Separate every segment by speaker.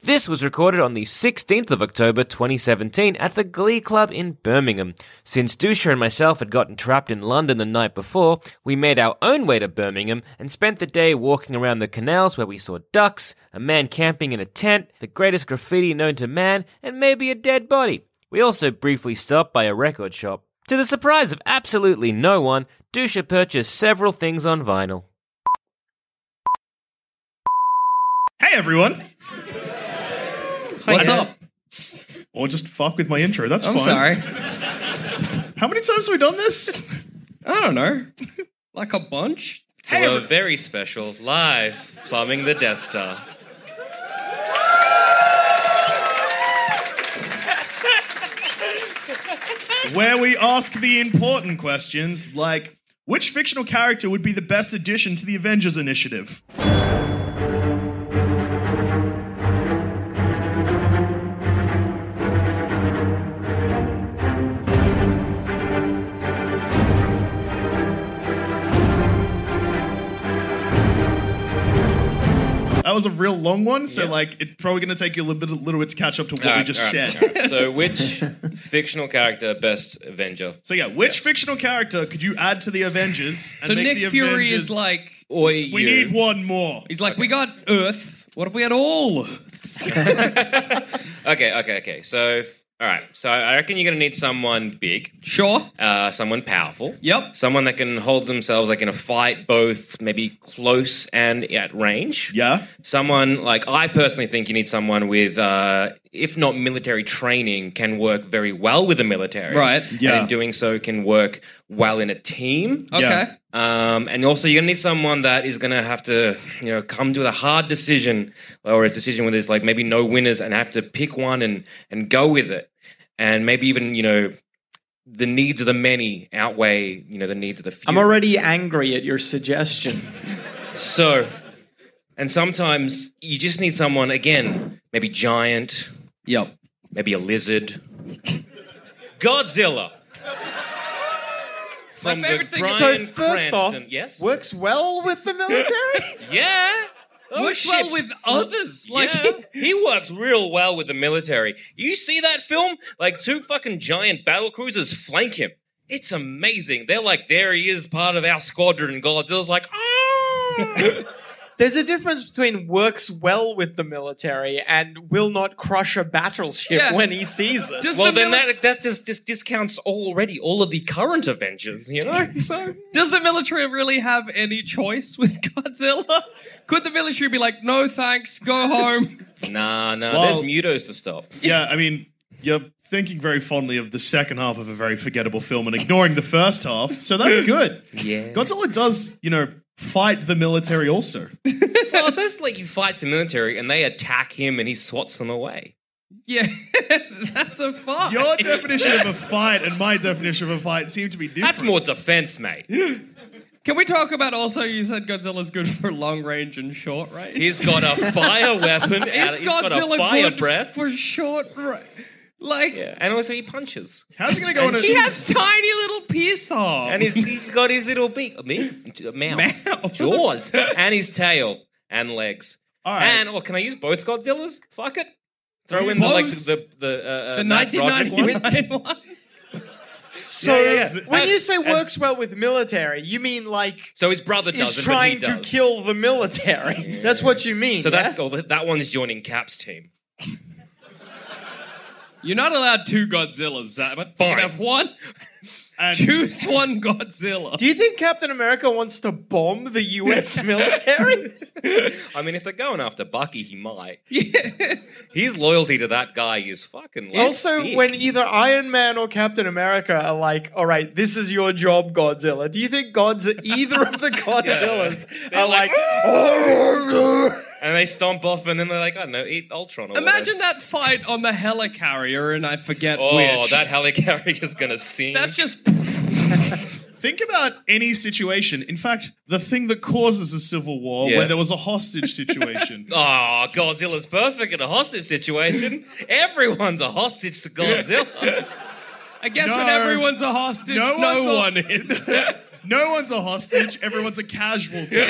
Speaker 1: This was recorded on the 16th of October 2017 at the Glee Club in Birmingham. Since Dusha and myself had gotten trapped in London the night before, we made our own way to Birmingham and spent the day walking around the canals where we saw ducks, a man camping in a tent, the greatest graffiti known to man, and maybe a dead body. We also briefly stopped by a record shop. To the surprise of absolutely no one, Dusha purchased several things on vinyl.
Speaker 2: Hey everyone!
Speaker 3: What's
Speaker 2: I-
Speaker 3: up?
Speaker 2: Or just fuck with my intro. That's
Speaker 3: I'm
Speaker 2: fine.
Speaker 3: sorry.
Speaker 2: How many times have we done this?
Speaker 3: I don't know. Like a bunch?
Speaker 4: to a very special live plumbing the Death Star.
Speaker 2: Where we ask the important questions like which fictional character would be the best addition to the Avengers initiative? That was a real long one, so like it's probably going to take you a little bit, little bit to catch up to what we
Speaker 4: Alright,
Speaker 2: just
Speaker 4: alright,
Speaker 2: said.
Speaker 4: alright. So, which fictional character best Avenger?
Speaker 2: So yeah, which fictional character could you add to the Avengers? And
Speaker 3: So
Speaker 2: make
Speaker 3: Nick
Speaker 2: the
Speaker 3: Fury
Speaker 2: Avengers-
Speaker 3: is like,
Speaker 4: Or
Speaker 2: We
Speaker 4: you?
Speaker 2: need one more.
Speaker 3: he's like, we got Earth. What if we had all Earths?
Speaker 4: Okay, okay, okay. So, all right. So, I reckon you're going to need someone big,
Speaker 3: sure.
Speaker 4: uh, someone powerful.
Speaker 3: Yep.
Speaker 4: Someone that can hold themselves like in a fight, both maybe close and at range.
Speaker 2: Yeah.
Speaker 4: Someone like I personally think you need someone with, uh, if not military training, can work very well with the military.
Speaker 3: Right.
Speaker 2: Yeah. Oh,
Speaker 4: And in doing so, can work well in a team.
Speaker 3: Okay.
Speaker 2: Yeah.
Speaker 4: Um, and also, you're gonna need someone that is gonna have to, you know, come to a hard decision or a decision where there's like maybe no winners and have to pick one and and go with it, and maybe even you know, the needs of the many outweigh you know the needs of the few.
Speaker 5: I'm already angry at your suggestion.
Speaker 4: so, and sometimes you just need someone again, maybe giant,
Speaker 3: Yep.
Speaker 4: maybe a lizard, Godzilla. From
Speaker 3: favorite thing is-
Speaker 5: So
Speaker 4: Bryan
Speaker 5: first off,
Speaker 4: Cranston- yes,
Speaker 5: works well with the military.
Speaker 4: yeah. Oh,
Speaker 3: Works
Speaker 4: shit.
Speaker 3: well with others. Like,
Speaker 4: yeah, he works real well with the military. You see that film? Like two fucking giant battle cruisers flank him. It's amazing. They're like, there he is, part of our squadron. And Godzilla's like, ah.
Speaker 5: There's a difference between works well with the military and will not crush a battleship
Speaker 3: Yeah.
Speaker 5: when he sees it.
Speaker 3: does
Speaker 4: well,
Speaker 3: the
Speaker 4: then
Speaker 3: mili-
Speaker 4: that that just, just discounts already all of the current Avengers, you know. So
Speaker 3: does the military really have any choice with Godzilla? Could the military be like, no thanks, go home?
Speaker 4: nah, nah.
Speaker 2: Well-
Speaker 4: there's mutos to stop.
Speaker 2: Yeah, I mean, you're thinking very fondly of the second half of a very forgettable film and ignoring the first half, so that's good.
Speaker 4: Yeah.
Speaker 2: Godzilla does, you know, fight the military also.
Speaker 4: well, so it's like he fights the military and they attack him and he swats them away.
Speaker 3: yeah, that's a fuck.
Speaker 2: Your definition of a fight and my definition of a fight seem to be different.
Speaker 4: That's more defense, mate.
Speaker 3: Can we talk about also, you said Godzilla's good for long range and short range?
Speaker 4: He's got a fire weapon. and
Speaker 3: Is
Speaker 4: he's got a
Speaker 3: Godzilla
Speaker 4: fire
Speaker 3: good
Speaker 4: breath.
Speaker 3: for short ra- like
Speaker 4: And also he punches.
Speaker 2: How's it going to go in a...
Speaker 3: he has tiny little piercings
Speaker 4: And he's, he's got his little beak, beak mouth,
Speaker 3: Mouth.
Speaker 4: jaws, and his tail and legs.
Speaker 2: All right.
Speaker 4: And oh, can I use both Godzillas? Fuck it. Throw in the like
Speaker 3: Both?
Speaker 4: the the uh, uh,
Speaker 3: the
Speaker 4: Matt Broderick one.
Speaker 3: 1999 one.
Speaker 5: So
Speaker 4: yeah, yeah.
Speaker 5: when
Speaker 4: And-
Speaker 5: you say
Speaker 4: and-
Speaker 5: works well with military, you mean like
Speaker 4: So his brother
Speaker 5: is
Speaker 4: doesn't, but he
Speaker 5: trying to
Speaker 4: does.
Speaker 5: kill the military. That's what you mean.
Speaker 4: so that's
Speaker 5: yeah?
Speaker 4: all. That one's joining Cap's team.
Speaker 3: You're not allowed two Godzillas, Zabba. You
Speaker 4: Fine.
Speaker 3: can have one.
Speaker 2: and-
Speaker 3: Choose one Godzilla.
Speaker 5: Do you think Captain America wants to bomb the U.S. military?
Speaker 4: I mean, if they're going after Bucky, he might. His loyalty to that guy is fucking. Like,
Speaker 5: also,
Speaker 4: sick.
Speaker 5: when either Iron Man or Captain America are like, "All right, this is your job, Godzilla," do you think God's either of the Godzillas Uh,
Speaker 4: They're
Speaker 5: are
Speaker 4: like,
Speaker 5: like, "Oh,
Speaker 4: and they stomp off, and then they're like, I don't know, eat Ultron. Or
Speaker 3: Imagine
Speaker 4: whatever.
Speaker 3: that fight on the helicarrier, and I forget
Speaker 4: Oh,
Speaker 3: which.
Speaker 4: that helicarrier's gonna sing.
Speaker 3: That's just
Speaker 2: Think about any situation. In fact, the thing that causes a civil war
Speaker 4: Yeah.
Speaker 2: where there was a hostage situation.
Speaker 4: Oh, Godzilla's perfect in a hostage situation. Everyone's a hostage to Godzilla.
Speaker 3: I guess when
Speaker 2: No.
Speaker 3: everyone's a hostage,
Speaker 2: No
Speaker 3: no,
Speaker 2: one's a-
Speaker 3: one is.
Speaker 2: no one's a hostage, everyone's a casualty.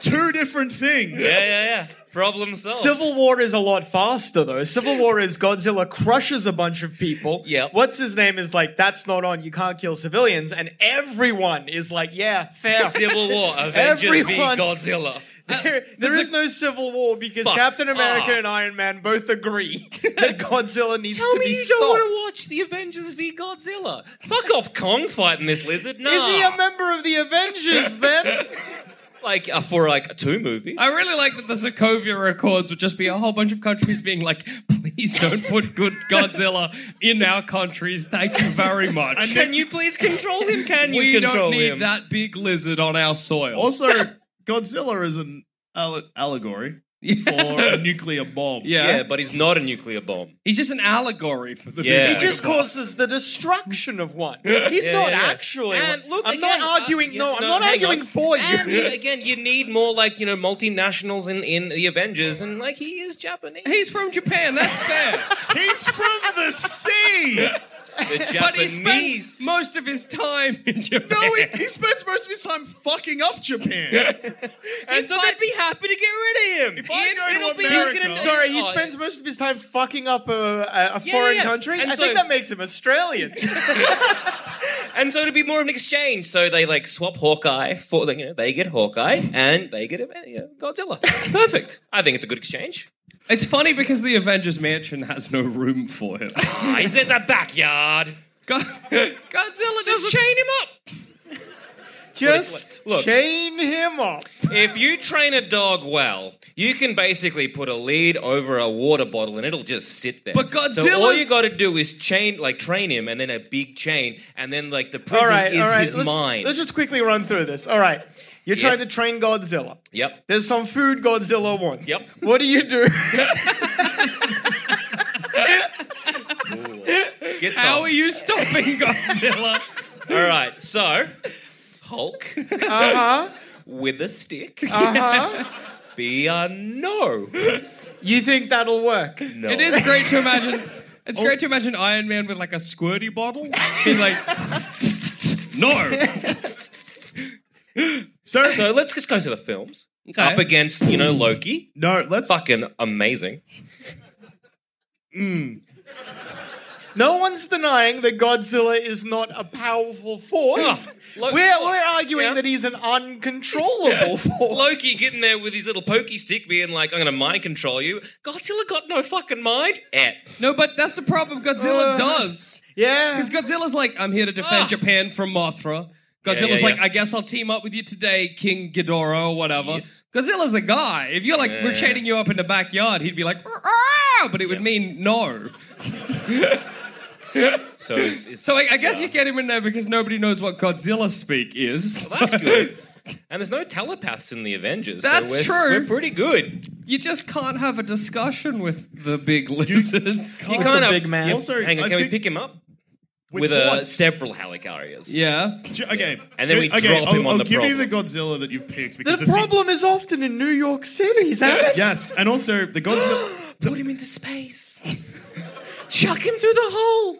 Speaker 2: Two different things.
Speaker 4: yeah, yeah, yeah. Problem solved.
Speaker 5: Civil War is a lot faster though. Civil War is Godzilla crushes a bunch of people.
Speaker 4: Yeah.
Speaker 5: What's his name is like, that's not on, you can't kill civilians, and everyone is like, yeah, fair.
Speaker 4: Civil War. Avengers v
Speaker 5: Everyone-
Speaker 4: Godzilla.
Speaker 5: there there is no civil war because
Speaker 4: Fuck
Speaker 5: Captain America
Speaker 4: off.
Speaker 5: and Iron Man both agree that Godzilla needs
Speaker 4: Tell
Speaker 5: to
Speaker 4: me
Speaker 5: be
Speaker 4: you
Speaker 5: stopped.
Speaker 4: don't want to watch the Avengers v Godzilla. Fuck off, Kong fighting this lizard. No,
Speaker 5: Is he a member of the Avengers then?
Speaker 4: like uh, for like two movies.
Speaker 3: I really like that the Sokovia Accords would just be a whole bunch of countries being like, please don't put good Godzilla in our countries. Thank you very much.
Speaker 4: Can you please control him? Can you
Speaker 3: we
Speaker 4: control
Speaker 3: don't need
Speaker 4: him?
Speaker 3: that big lizard on our soil.
Speaker 2: Also, Godzilla is an alle- allegory for
Speaker 3: yeah.
Speaker 2: a nuclear bomb.
Speaker 4: Yeah, but he's not a nuclear bomb.
Speaker 3: He's just an allegory for the
Speaker 4: Yeah.
Speaker 5: He
Speaker 3: big
Speaker 5: just
Speaker 3: lizard.
Speaker 5: causes the destruction of one. He's
Speaker 4: Yeah,
Speaker 5: not
Speaker 4: yeah.
Speaker 5: actually.
Speaker 4: And
Speaker 5: one.
Speaker 4: look,
Speaker 5: I'm
Speaker 4: again, uh,
Speaker 5: not arguing.
Speaker 4: yeah,
Speaker 5: no, I'm not
Speaker 4: hang
Speaker 5: arguing
Speaker 4: on.
Speaker 5: for
Speaker 4: And
Speaker 5: you.
Speaker 4: again, you need more like you know multinationals in in the Avengers, and like he is Japanese.
Speaker 3: He's from Japan, that's fair.
Speaker 2: He's from the sea.
Speaker 4: The
Speaker 3: but he spends
Speaker 4: Japanese.
Speaker 3: most of his time in Japan.
Speaker 2: No, he, he spends most of his time fucking up Japan.
Speaker 4: and so they'd be happy to get rid of him.
Speaker 2: If I
Speaker 4: It-
Speaker 2: go to
Speaker 4: it'll be-
Speaker 2: America-
Speaker 4: he's gonna-
Speaker 5: Sorry, he
Speaker 4: Oh,
Speaker 5: spends most of his time fucking up a, a, a
Speaker 4: Yeah,
Speaker 5: foreign
Speaker 4: yeah.
Speaker 5: country.
Speaker 4: And
Speaker 5: I
Speaker 4: so-
Speaker 5: think that makes him Australian.
Speaker 4: And so it'd be more of an exchange. So they like swap Hawkeye for you know they get Hawkeye and they get you know, Godzilla. Perfect. I think it's a good exchange.
Speaker 3: It's funny because the Avengers Mansion has no room for him.
Speaker 4: Ah, he's there's a backyard.
Speaker 3: God- Godzilla
Speaker 4: Just
Speaker 3: doesn't.
Speaker 4: chain him up.
Speaker 5: Just
Speaker 4: Look.
Speaker 5: chain him up.
Speaker 4: If you train a dog well, you can basically put a lead over a water bottle and it'll just sit there.
Speaker 3: But
Speaker 4: so all
Speaker 3: Godzilla's-
Speaker 4: you got to do is chain, like train him, and then a big chain, and then like the prison
Speaker 5: All right,
Speaker 4: is
Speaker 5: all right.
Speaker 4: his
Speaker 5: let's,
Speaker 4: mind.
Speaker 5: let's just quickly run through this. All right, you're
Speaker 4: Yeah.
Speaker 5: trying to train Godzilla.
Speaker 4: Yep.
Speaker 5: There's some food Godzilla wants.
Speaker 4: Yep.
Speaker 5: What do you do?
Speaker 4: Get
Speaker 3: How
Speaker 4: them.
Speaker 3: are you stopping Godzilla?
Speaker 4: All right. So Hulk
Speaker 3: Uh-huh.
Speaker 5: Uh huh.
Speaker 4: with a stick.
Speaker 5: Uh huh.
Speaker 4: Be a no.
Speaker 5: You think that'll work?
Speaker 4: No.
Speaker 3: it is great to imagine. It's great to imagine Iron Man with like a squirty bottle. He's like, no.
Speaker 2: so,
Speaker 4: So let's just go to the films.
Speaker 3: Okay.
Speaker 4: Up against you know Loki.
Speaker 2: no, let's.
Speaker 4: Fucking amazing.
Speaker 5: No one's denying that Godzilla is not a powerful force.
Speaker 4: Oh, Lo-
Speaker 5: we're, we're arguing
Speaker 4: yeah.
Speaker 5: that he's an uncontrollable force.
Speaker 4: Loki getting there with his little pokey stick, being like, "I'm going to mind control you." Godzilla got no fucking mind. Eh.
Speaker 3: No, but that's the problem Godzilla
Speaker 5: Uh,
Speaker 3: does.
Speaker 5: Yeah.
Speaker 3: Because Godzilla's like, I'm here to defend
Speaker 4: Ah.
Speaker 3: Japan from Mothra. Godzilla's
Speaker 4: yeah,
Speaker 3: like,
Speaker 4: yeah.
Speaker 3: I guess I'll team up with you today, King Ghidorah or whatever.
Speaker 4: Yes.
Speaker 3: Godzilla's a guy. If you're like,
Speaker 4: Yeah,
Speaker 3: we're
Speaker 4: yeah.
Speaker 3: chaining you up in the backyard, he'd be like, "Ah," but it would
Speaker 4: Yeah.
Speaker 3: mean no.
Speaker 4: So, it's, it's,
Speaker 3: So I, I guess
Speaker 4: Yeah.
Speaker 3: you get him in there because nobody knows what Godzilla speak is.
Speaker 4: Well, that's good. And there's no telepaths in the Avengers.
Speaker 3: That's
Speaker 4: so we're,
Speaker 3: true.
Speaker 4: We're pretty good.
Speaker 3: you just can't have a discussion with the big lizard.
Speaker 4: You can't
Speaker 5: the
Speaker 4: have-
Speaker 5: big man.
Speaker 4: you-
Speaker 2: Also,
Speaker 4: hang on,
Speaker 2: I
Speaker 4: can we
Speaker 2: think-
Speaker 4: pick him up
Speaker 2: with
Speaker 4: with uh,
Speaker 2: what?
Speaker 4: several Helic areas?
Speaker 3: yeah.
Speaker 2: J- Okay.
Speaker 4: And then we
Speaker 2: okay,
Speaker 4: drop
Speaker 2: I'll,
Speaker 4: him on
Speaker 2: I'll
Speaker 4: the
Speaker 2: give you
Speaker 4: problem.
Speaker 2: the Godzilla that you've picked because
Speaker 5: the
Speaker 2: it's
Speaker 5: problem is often in New York City, is that it?
Speaker 2: Yes, and also the Godzilla.
Speaker 4: Put him into space. Chuck him through the hole.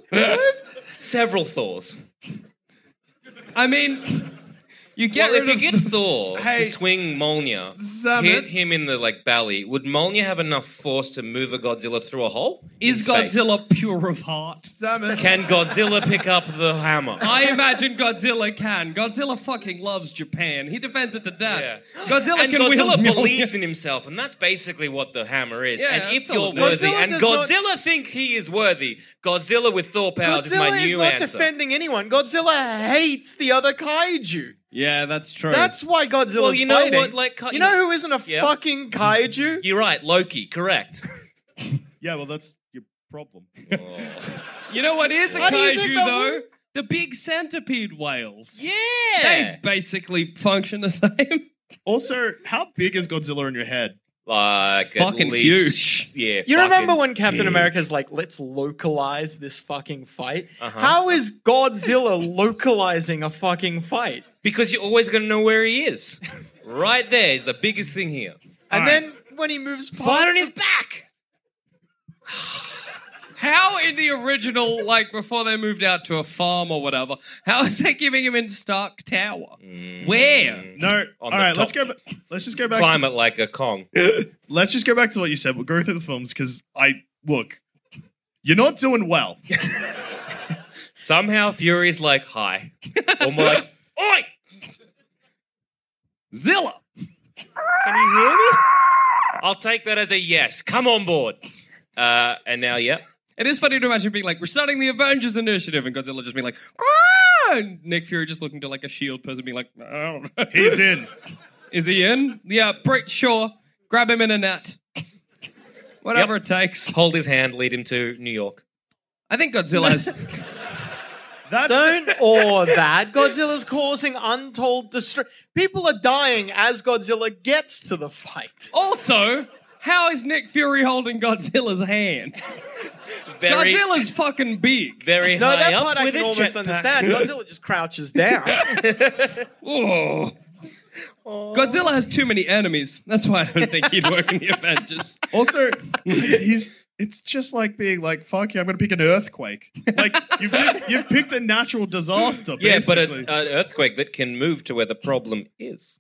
Speaker 4: several Thors.
Speaker 3: I mean, you get
Speaker 4: Well, if
Speaker 3: rid
Speaker 4: you
Speaker 3: of
Speaker 4: get Thor
Speaker 2: Hey,
Speaker 4: to swing Mjolnir,
Speaker 3: Zamet.
Speaker 4: hit him in the like belly, would Mjolnir have enough force to move a Godzilla through a hole?
Speaker 3: is
Speaker 4: in space?
Speaker 3: Godzilla pure of heart?
Speaker 4: Can Godzilla pick up the hammer?
Speaker 3: I imagine Godzilla can. Godzilla fucking loves Japan. He defends it to death.
Speaker 4: Yeah.
Speaker 3: Godzilla
Speaker 4: and
Speaker 3: can
Speaker 4: Godzilla
Speaker 3: wield
Speaker 4: believes in himself, and that's basically what the hammer is.
Speaker 3: Yeah,
Speaker 4: and if
Speaker 3: that's all
Speaker 4: you're
Speaker 3: it is.
Speaker 4: worthy,
Speaker 5: Godzilla
Speaker 4: and
Speaker 5: does not-
Speaker 4: Godzilla thinks he is worthy, Godzilla with Thor powers is my
Speaker 5: Godzilla
Speaker 4: new
Speaker 5: is, not
Speaker 4: answer.
Speaker 5: defending anyone. Godzilla hates the other kaiju.
Speaker 3: Yeah, that's true.
Speaker 5: That's why Godzilla's
Speaker 4: Well, you know
Speaker 5: fighting.
Speaker 4: what, like, ki-
Speaker 5: you know who isn't a
Speaker 4: Yeah.
Speaker 5: fucking kaiju?
Speaker 4: You're right, Loki. Correct. Oh.
Speaker 2: Yeah, well, that's your problem.
Speaker 3: you know what is a
Speaker 5: Why do you
Speaker 3: kaiju
Speaker 5: think that
Speaker 3: though?
Speaker 5: would-
Speaker 3: The big centipede whales.
Speaker 4: yeah.
Speaker 3: They basically function the same.
Speaker 2: Also, how big is Godzilla in your head?
Speaker 4: like
Speaker 3: Fucking
Speaker 4: at least,
Speaker 3: huge.
Speaker 4: Yeah.
Speaker 5: You
Speaker 4: fucking
Speaker 5: remember when Captain
Speaker 4: huge.
Speaker 5: America's like, let's localize this fucking fight?
Speaker 4: Uh-huh.
Speaker 5: How is Godzilla localizing a fucking fight?
Speaker 4: Because you're always gonna know where he is. right there is the biggest thing here.
Speaker 5: And
Speaker 2: Alright.
Speaker 5: then when he moves past.
Speaker 4: Fire on
Speaker 5: the-
Speaker 4: his back.
Speaker 3: How in the original, like before they moved out to a farm or whatever, how is they giving him in Stark Tower?
Speaker 4: Mm.
Speaker 3: Where?
Speaker 2: No. All
Speaker 4: the
Speaker 2: right, let's go.
Speaker 4: top.
Speaker 2: ba- Let's just go back. To,
Speaker 4: Climb it like a Kong.
Speaker 2: let's just go back to what you said. We'll go through the films because I look. You're not doing well.
Speaker 4: Somehow Fury's like, hi. Or more like, oi!
Speaker 3: Zilla.
Speaker 4: Can you hear me? I'll take that as a yes. Come on board. Uh, and now, yeah.
Speaker 3: It is funny to imagine being like, we're starting the Avengers initiative, and Godzilla just being like, "Ah!" and Nick Fury just looking to like a shield person being like, I don't know.
Speaker 2: He's in.
Speaker 3: Is he in? Yeah, break sure. Grab him in a net. Whatever it takes.
Speaker 4: Hold his hand, lead him to New York.
Speaker 3: I think Godzilla has
Speaker 2: That's
Speaker 5: Don't awe that. oh, Godzilla's causing untold distress. People are dying as Godzilla gets to the fight.
Speaker 3: also how is Nick Fury holding Godzilla's hand?
Speaker 4: Very,
Speaker 3: Godzilla's fucking big.
Speaker 4: very
Speaker 5: No,
Speaker 4: high
Speaker 5: that
Speaker 4: up
Speaker 5: part I
Speaker 4: with
Speaker 5: can
Speaker 4: a
Speaker 5: almost
Speaker 4: jetpack.
Speaker 5: understand. Godzilla just crouches down.
Speaker 3: Oh. Godzilla has too many enemies. That's why I don't think he'd work in the Avengers.
Speaker 2: also he's. It's just like being like, "Fuck yeah, I'm gonna pick an earthquake." Like you've picked, you've picked a natural disaster.
Speaker 4: Yeah, but a, uh,
Speaker 2: basically.
Speaker 4: an earthquake that can move to where the problem is.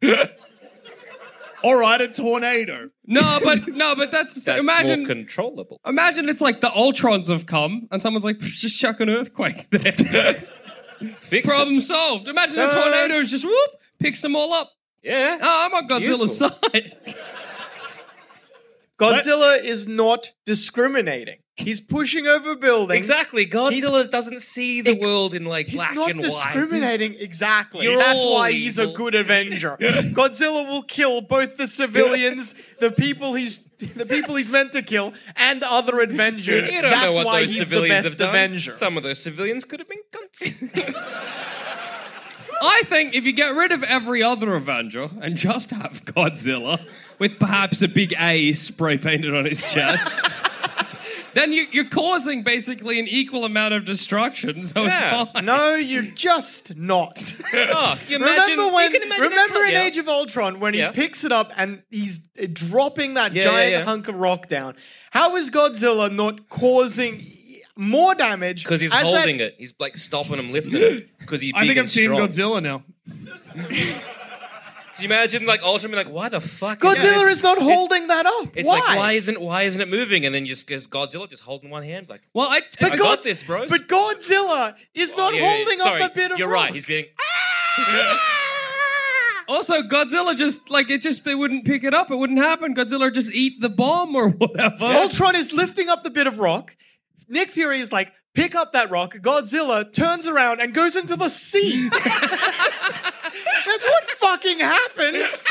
Speaker 2: all right, a tornado.
Speaker 3: No, but no, but that's,
Speaker 4: That's
Speaker 3: imagine
Speaker 4: more controllable.
Speaker 3: imagine it's like the Ultrons have come and someone's like just chuck an earthquake there.
Speaker 4: Fix
Speaker 3: Problem solved. Imagine a
Speaker 4: Uh,
Speaker 3: tornado is just whoop picks them all up.
Speaker 4: It. Yeah.
Speaker 3: Oh, I'm on Godzilla's
Speaker 4: Useful.
Speaker 3: side.
Speaker 5: Godzilla is not discriminating. He's pushing over buildings.
Speaker 4: Exactly. Godzilla doesn't see the world in like
Speaker 5: He's
Speaker 4: black
Speaker 5: not
Speaker 4: and white.
Speaker 5: discriminating exactly.
Speaker 4: You're
Speaker 5: That's
Speaker 4: all
Speaker 5: why he's a
Speaker 4: evil.
Speaker 5: good Avenger. Godzilla will kill both the civilians, the people he's the people he's meant to kill, and other Avengers.
Speaker 4: You don't
Speaker 5: That's
Speaker 4: know what
Speaker 5: why
Speaker 4: those
Speaker 5: he's the
Speaker 4: civilians
Speaker 5: best
Speaker 4: have done.
Speaker 5: Avenger.
Speaker 4: Some of those civilians could have been cunts.
Speaker 3: I think if you get rid of every other Avenger and just have Godzilla with perhaps a big A spray painted on his chest, then you, you're causing basically an equal amount of destruction, so
Speaker 4: Yeah.
Speaker 3: it's fine.
Speaker 5: no, you're just not.
Speaker 4: oh, you imagine,
Speaker 5: remember when?
Speaker 4: you can imagine
Speaker 5: Remember
Speaker 4: a-
Speaker 5: in
Speaker 4: yeah.
Speaker 5: Age of Ultron when
Speaker 4: Yeah.
Speaker 5: he picks it up and he's uh, dropping that
Speaker 4: Yeah, yeah,
Speaker 5: giant
Speaker 4: yeah.
Speaker 5: hunk of rock down. How is Godzilla not causing more damage?
Speaker 4: Because he's
Speaker 5: as that-
Speaker 4: holding it. He's like stopping him, lifting it. Because he's big
Speaker 2: I think I'm
Speaker 4: and
Speaker 2: seeing
Speaker 4: strong.
Speaker 2: Godzilla now.
Speaker 4: Can you imagine like Ultron being like, why the fuck?
Speaker 5: Godzilla
Speaker 4: this-
Speaker 5: is not holding that up.
Speaker 4: It's
Speaker 5: why?
Speaker 4: like why isn't why isn't it moving? And then just goes Godzilla just holding one hand like.
Speaker 3: Well, I,
Speaker 4: I
Speaker 3: I
Speaker 4: got this, bros. Oh,
Speaker 5: But Godzilla is not
Speaker 4: Yeah, yeah, yeah.
Speaker 5: holding
Speaker 4: Sorry,
Speaker 5: up a bit of
Speaker 4: You're
Speaker 5: rock.
Speaker 4: right. He's being.
Speaker 3: also Godzilla just like it just they wouldn't pick it up. It wouldn't happen. Godzilla would just eat the bomb or whatever.
Speaker 5: Ultron is lifting up the bit of rock. Nick Fury is like, pick up that rock. Godzilla turns around and goes into the sea. That's what fucking happens.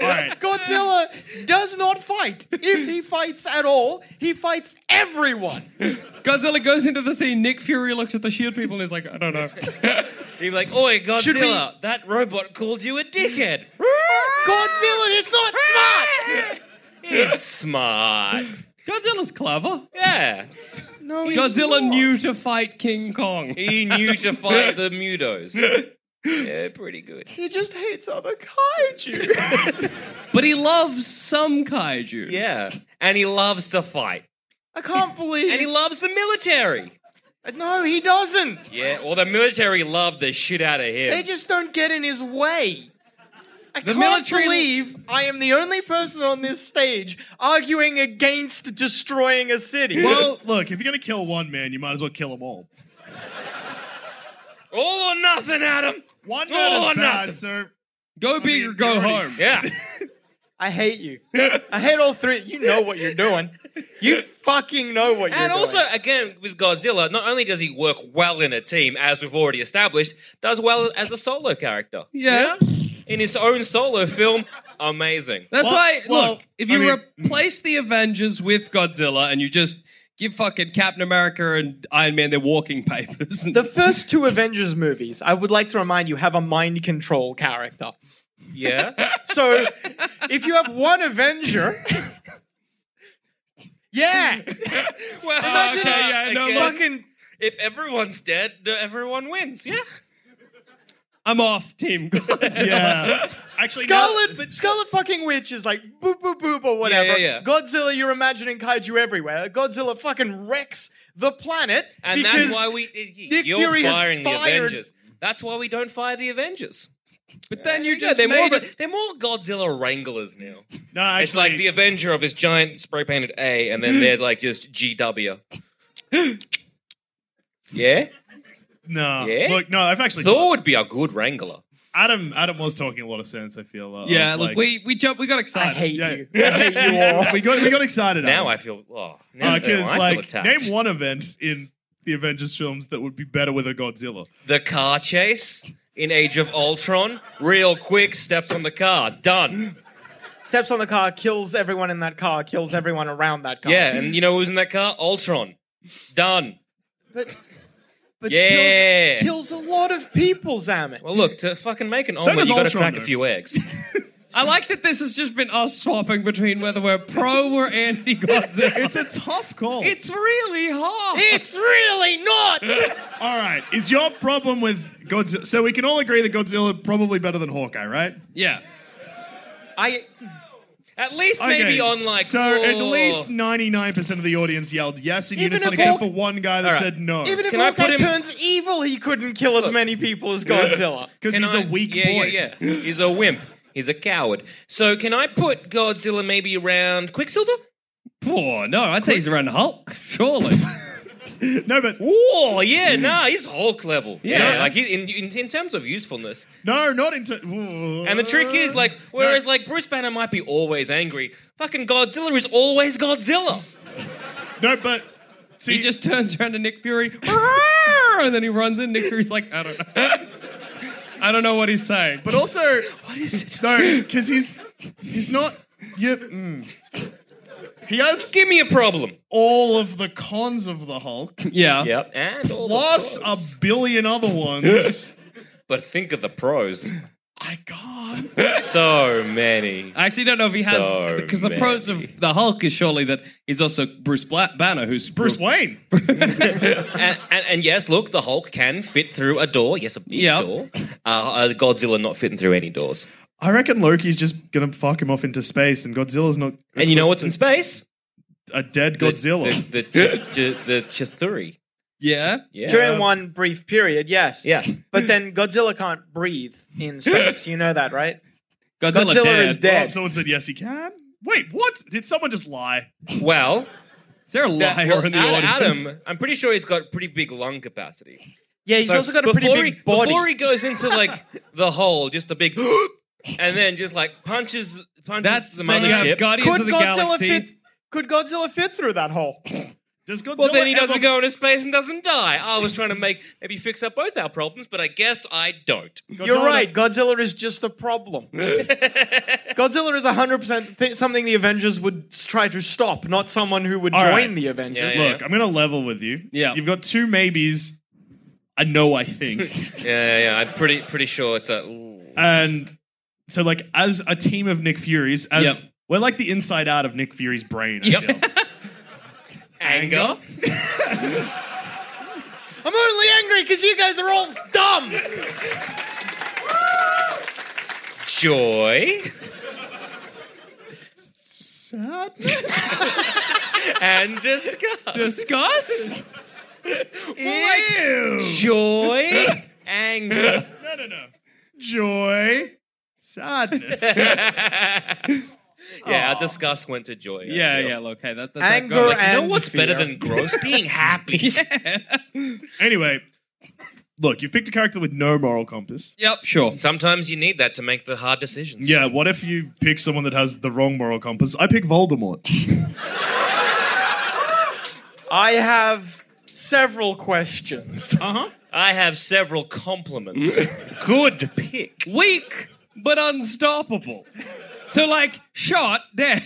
Speaker 2: All right,
Speaker 5: Godzilla does not fight. If he fights at all, he fights everyone.
Speaker 3: Godzilla goes into the sea. Nick Fury looks at the shield people and is like, I don't know.
Speaker 4: He's like, oi,
Speaker 5: Should we-
Speaker 4: Godzilla! That robot called you a dickhead.
Speaker 5: Godzilla is not smart.
Speaker 4: He's smart.
Speaker 3: Godzilla's clever.
Speaker 4: Yeah,
Speaker 5: No, he's
Speaker 3: Godzilla
Speaker 5: not.
Speaker 3: knew to fight King Kong.
Speaker 4: he knew to fight the mutos. Yeah, pretty good.
Speaker 5: He just hates other kaiju.
Speaker 3: But he loves some kaiju.
Speaker 4: Yeah, and he loves to fight,
Speaker 5: I can't believe.
Speaker 4: and he loves the military.
Speaker 5: no, he doesn't.
Speaker 4: Yeah, well, the military loved the shit out of him.
Speaker 5: They just don't get in his way. I can't
Speaker 3: military-
Speaker 5: believe I am the only person on this stage arguing against destroying a city.
Speaker 2: Well, look, if you're gonna kill one man, you might as well kill them all.
Speaker 4: All or nothing, Adam.
Speaker 2: One
Speaker 4: Oh,
Speaker 2: man is bad,
Speaker 4: nothing.
Speaker 2: so
Speaker 3: Go big or go
Speaker 2: already-
Speaker 3: home.
Speaker 4: Yeah,
Speaker 5: I hate you. I hate all three. You know what you're doing. You fucking know what you're
Speaker 4: and
Speaker 5: doing.
Speaker 4: also again with Godzilla, not only does he work well in a team, as we've already established, does well as a solo character.
Speaker 3: Yeah.
Speaker 4: in his own solo film, amazing.
Speaker 3: That's
Speaker 2: Well-
Speaker 3: why,
Speaker 2: well,
Speaker 3: look, if
Speaker 2: I
Speaker 3: you
Speaker 2: mean-
Speaker 3: replace the Avengers with Godzilla and you just give fucking Captain America and Iron Man their walking papers.
Speaker 5: the first two Avengers movies, I would like to remind you, have a mind control character.
Speaker 4: Yeah.
Speaker 5: So if you have one Avenger. Yeah,
Speaker 4: Well,
Speaker 5: Imagine-
Speaker 4: okay,
Speaker 3: Uh,
Speaker 4: yeah,
Speaker 3: no,
Speaker 4: again,
Speaker 5: fucking
Speaker 4: if everyone's dead, no, everyone wins. Yeah.
Speaker 3: I'm off Team Godzilla.
Speaker 2: Yeah. Actually, now-
Speaker 5: Scarlet, Scarlet fucking Witch is like boop boop boop or whatever.
Speaker 4: Yeah, yeah, yeah.
Speaker 5: Godzilla, you're imagining kaiju everywhere. Godzilla fucking wrecks the planet.
Speaker 4: And
Speaker 5: because
Speaker 4: that's why we.
Speaker 5: Nick
Speaker 4: you're
Speaker 5: Fury has
Speaker 4: firing the
Speaker 5: fired-
Speaker 4: Avengers. That's why we don't fire the Avengers.
Speaker 3: But then you
Speaker 4: Yeah,
Speaker 3: just
Speaker 4: they're more,
Speaker 3: made
Speaker 4: of a-
Speaker 3: it.
Speaker 4: they're more Godzilla wranglers now.
Speaker 2: no, actually,
Speaker 4: It's like the Avenger of his giant spray painted A, and then they're like just GW. yeah?
Speaker 2: no.
Speaker 4: Yeah?
Speaker 2: Look, no, I've actually
Speaker 4: Thor would be a good wrangler.
Speaker 2: Adam Adam was talking a lot of sense. I feel. Uh,
Speaker 3: Yeah,
Speaker 2: of,
Speaker 3: look,
Speaker 2: like-
Speaker 3: we we jumped. We got
Speaker 5: I
Speaker 3: excited.
Speaker 5: hate
Speaker 2: Yeah.
Speaker 5: you. I hate you all.
Speaker 2: we got we got excited.
Speaker 4: Now
Speaker 2: Adam.
Speaker 4: I feel. Oh, now,
Speaker 2: Uh,
Speaker 4: now I
Speaker 2: because
Speaker 4: feel
Speaker 2: like
Speaker 4: attacked.
Speaker 2: name one event in the Avengers films that would be better with a Godzilla.
Speaker 4: The car chase in Age of Ultron. Real quick, steps on the car. Done.
Speaker 5: Steps on the car, kills everyone in that car, kills everyone around that car.
Speaker 4: Yeah, and you know who's in that car? Ultron. Done.
Speaker 5: But, but
Speaker 4: Yeah.
Speaker 5: kills, kills a lot of people, Zamet.
Speaker 4: Well, look, to fucking make an
Speaker 2: does
Speaker 4: omelet, you got to
Speaker 2: Ultron,
Speaker 4: crack a
Speaker 2: though.
Speaker 4: few eggs.
Speaker 3: I like that this has just been us swapping between whether we're pro or anti Godzilla.
Speaker 2: It's a tough call.
Speaker 3: It's really hard.
Speaker 5: it's really not!
Speaker 2: all right. Is your problem with Godzilla? So we can all agree that Godzilla probably better than Hawkeye, right?
Speaker 3: yeah.
Speaker 5: I
Speaker 4: At least
Speaker 2: Okay,
Speaker 4: maybe on like.
Speaker 2: so at
Speaker 4: four-
Speaker 2: least ninety nine percent of the audience yelled yes in
Speaker 5: Even
Speaker 2: unison,
Speaker 5: if
Speaker 2: except
Speaker 5: Hulk-
Speaker 2: for one guy that
Speaker 4: All right.
Speaker 2: said no.
Speaker 5: even if
Speaker 4: Oh. Can I
Speaker 5: Hawkeye
Speaker 4: put him-
Speaker 5: turns evil, he couldn't kill as many people as Godzilla.
Speaker 2: because
Speaker 4: Can
Speaker 2: he's
Speaker 4: I-
Speaker 2: a weak
Speaker 4: yeah,
Speaker 2: boy.
Speaker 4: Yeah, yeah, He's a wimp. He's a coward. So can I put Godzilla maybe around Quicksilver?
Speaker 3: Poor. No, I'd say he's around Hulk. Surely.
Speaker 2: No, but
Speaker 4: Oh
Speaker 2: Mm.
Speaker 4: yeah, nah, he's Hulk level.
Speaker 3: Yeah.
Speaker 4: Yeah, like he, in, in in terms of usefulness.
Speaker 2: no, not into.
Speaker 4: And the trick is like,
Speaker 2: Uh,
Speaker 4: whereas like Bruce Banner might be always angry, fucking Godzilla is always Godzilla.
Speaker 2: no, but see,
Speaker 3: he just turns around to Nick Fury, and then he runs in. Nick Fury's like, I don't know. I don't know what he's saying.
Speaker 2: But also, what is it? No, because he's he's not. You, mm. He has
Speaker 4: Give me a problem.
Speaker 2: all of the cons of the Hulk,
Speaker 3: Yeah.
Speaker 4: Yep. And all the
Speaker 2: plus a
Speaker 4: pros.
Speaker 2: billion other ones.
Speaker 4: but think of the pros.
Speaker 2: I God,
Speaker 4: So many.
Speaker 3: I actually don't know if he has
Speaker 4: So
Speaker 3: because the pros of the Hulk is surely that he's also Bruce Bla- Banner, who's
Speaker 2: Bruce Wayne.
Speaker 4: And, and, and yes, look, the Hulk can fit through a door. Yes, a big
Speaker 3: Yep.
Speaker 4: door. Uh, uh, Godzilla not fitting through any doors.
Speaker 2: I reckon Loki's just gonna fuck him off into space, and Godzilla's not
Speaker 4: And you know what's in space?
Speaker 2: a dead
Speaker 4: The-
Speaker 2: Godzilla.
Speaker 4: The, the, ch- ch- the Chithuri.
Speaker 3: Yeah.
Speaker 4: Yeah.
Speaker 5: During one brief period, yes.
Speaker 4: Yes.
Speaker 5: But then Godzilla can't breathe in space. You know that, right?
Speaker 3: Godzilla,
Speaker 5: Godzilla is
Speaker 2: Oh,
Speaker 5: dead.
Speaker 2: someone said yes, he can. Wait, what? Did someone just lie?
Speaker 4: Well,
Speaker 3: Is there a
Speaker 4: that-
Speaker 3: liar
Speaker 4: well,
Speaker 3: in the
Speaker 4: Ad-
Speaker 3: audience?
Speaker 4: Adam, I'm pretty sure he's got pretty big lung capacity.
Speaker 5: yeah, he's
Speaker 4: So
Speaker 5: also got a pretty
Speaker 4: before
Speaker 5: big
Speaker 4: he,
Speaker 5: body.
Speaker 4: Before he goes into like the hole, just a big, and then just like punches punches
Speaker 3: That's
Speaker 4: the
Speaker 3: the you have
Speaker 4: mothership.
Speaker 3: Guardians
Speaker 5: could
Speaker 3: of the
Speaker 5: Godzilla
Speaker 3: Galaxy.
Speaker 5: fit? Could Godzilla fit through that hole?
Speaker 2: Does Godzilla?
Speaker 4: well, then he
Speaker 2: ever-
Speaker 4: doesn't go into space and doesn't die. I was trying to make maybe fix up both our problems, but I guess I don't.
Speaker 2: Godzilla-
Speaker 5: You're right. Godzilla is just the problem. Godzilla is 100% th- something the Avengers would s- try to stop, not someone who would
Speaker 2: All
Speaker 5: join
Speaker 2: right.
Speaker 5: the Avengers.
Speaker 4: Yeah, yeah.
Speaker 2: Look, I'm gonna level with you.
Speaker 3: Yeah.
Speaker 2: you've got two maybes. I know. I think.
Speaker 4: Yeah, yeah, yeah. I'm pretty pretty sure it's a. ooh.
Speaker 2: And so, like, as a team of Nick Furies, as
Speaker 3: Yep.
Speaker 2: we're like the inside out of Nick Fury's brain. I
Speaker 4: Yep.
Speaker 2: feel.
Speaker 4: Anger.
Speaker 5: I'm only angry because you guys are all dumb.
Speaker 4: joy and disgust.
Speaker 3: Disgust?
Speaker 4: joy, anger.
Speaker 2: no, no, no. Joy, sadness.
Speaker 4: Yeah, our disgust went to joy. I
Speaker 3: Yeah,
Speaker 4: feel.
Speaker 3: yeah, look, hey, that, that's
Speaker 5: Anger
Speaker 3: how it goes.
Speaker 5: and
Speaker 4: You know what's better
Speaker 5: fear.
Speaker 4: than gross? Being happy.
Speaker 2: anyway, look, you've picked a character with no moral compass.
Speaker 3: Yep, sure.
Speaker 4: Sometimes you need that to make the hard decisions.
Speaker 2: Yeah, what if you pick someone that has the wrong moral compass? I pick Voldemort.
Speaker 5: I have several questions.
Speaker 2: Uh huh.
Speaker 4: I have several compliments. Good pick.
Speaker 3: Weak, but unstoppable. So, like, shot, dead.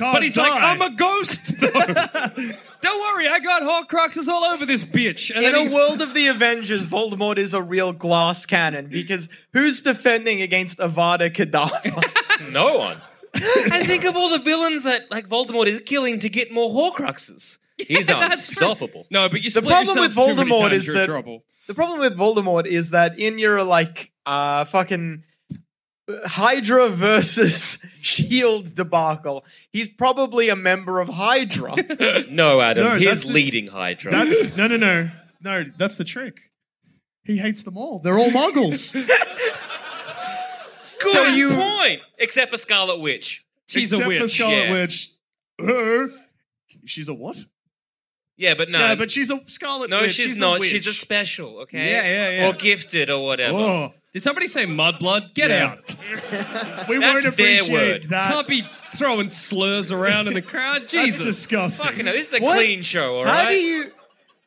Speaker 3: but he's like,
Speaker 2: die.
Speaker 3: I'm a ghost, though. Don't worry, I got Horcruxes all over this bitch. And
Speaker 5: In
Speaker 3: then
Speaker 5: a
Speaker 3: he-
Speaker 5: world of the Avengers, Voldemort is a real glass cannon because who's defending against Avada Kedavra?
Speaker 4: No one. and think of all the villains that like Voldemort is killing to get more Horcruxes. He's unstoppable.
Speaker 3: No, but you
Speaker 5: The
Speaker 3: split
Speaker 5: problem
Speaker 3: yourself
Speaker 5: with
Speaker 3: too many
Speaker 5: Voldemort
Speaker 3: times,
Speaker 5: is
Speaker 3: you're in
Speaker 5: that-
Speaker 3: trouble.
Speaker 5: The problem with Voldemort is that in your like uh fucking Hydra versus Shield E debacle, he's probably a member of Hydra.
Speaker 4: No, Adam,
Speaker 2: No, that's
Speaker 4: he's
Speaker 2: the-
Speaker 4: leading Hydra.
Speaker 2: That's no, no, no, no. That's the trick. He hates them all. They're all muggles.
Speaker 4: good
Speaker 5: so you-
Speaker 4: point. Except for Scarlet Witch.
Speaker 3: She's
Speaker 2: Except
Speaker 3: a
Speaker 2: for
Speaker 3: witch.
Speaker 2: Scarlet
Speaker 4: yeah.
Speaker 2: Witch. Her. She's a what?
Speaker 4: Yeah, but no.
Speaker 2: yeah, but she's a Scarlet
Speaker 4: no,
Speaker 2: Witch.
Speaker 4: she's,
Speaker 2: a
Speaker 4: not.
Speaker 2: witch.
Speaker 4: she's just special, okay?
Speaker 2: Yeah, yeah, yeah.
Speaker 4: Or gifted or whatever.
Speaker 2: Oh,
Speaker 3: Did somebody say mudblood? Get
Speaker 2: Yeah. we
Speaker 3: out.
Speaker 4: That's
Speaker 2: won't
Speaker 4: their
Speaker 2: appreciate
Speaker 4: word.
Speaker 2: that.
Speaker 3: Can't be throwing slurs around in the crowd.
Speaker 2: That's
Speaker 3: Jesus.
Speaker 2: disgusting.
Speaker 4: Fucking hell, this is a
Speaker 5: What?
Speaker 4: clean show, all right?
Speaker 5: How do you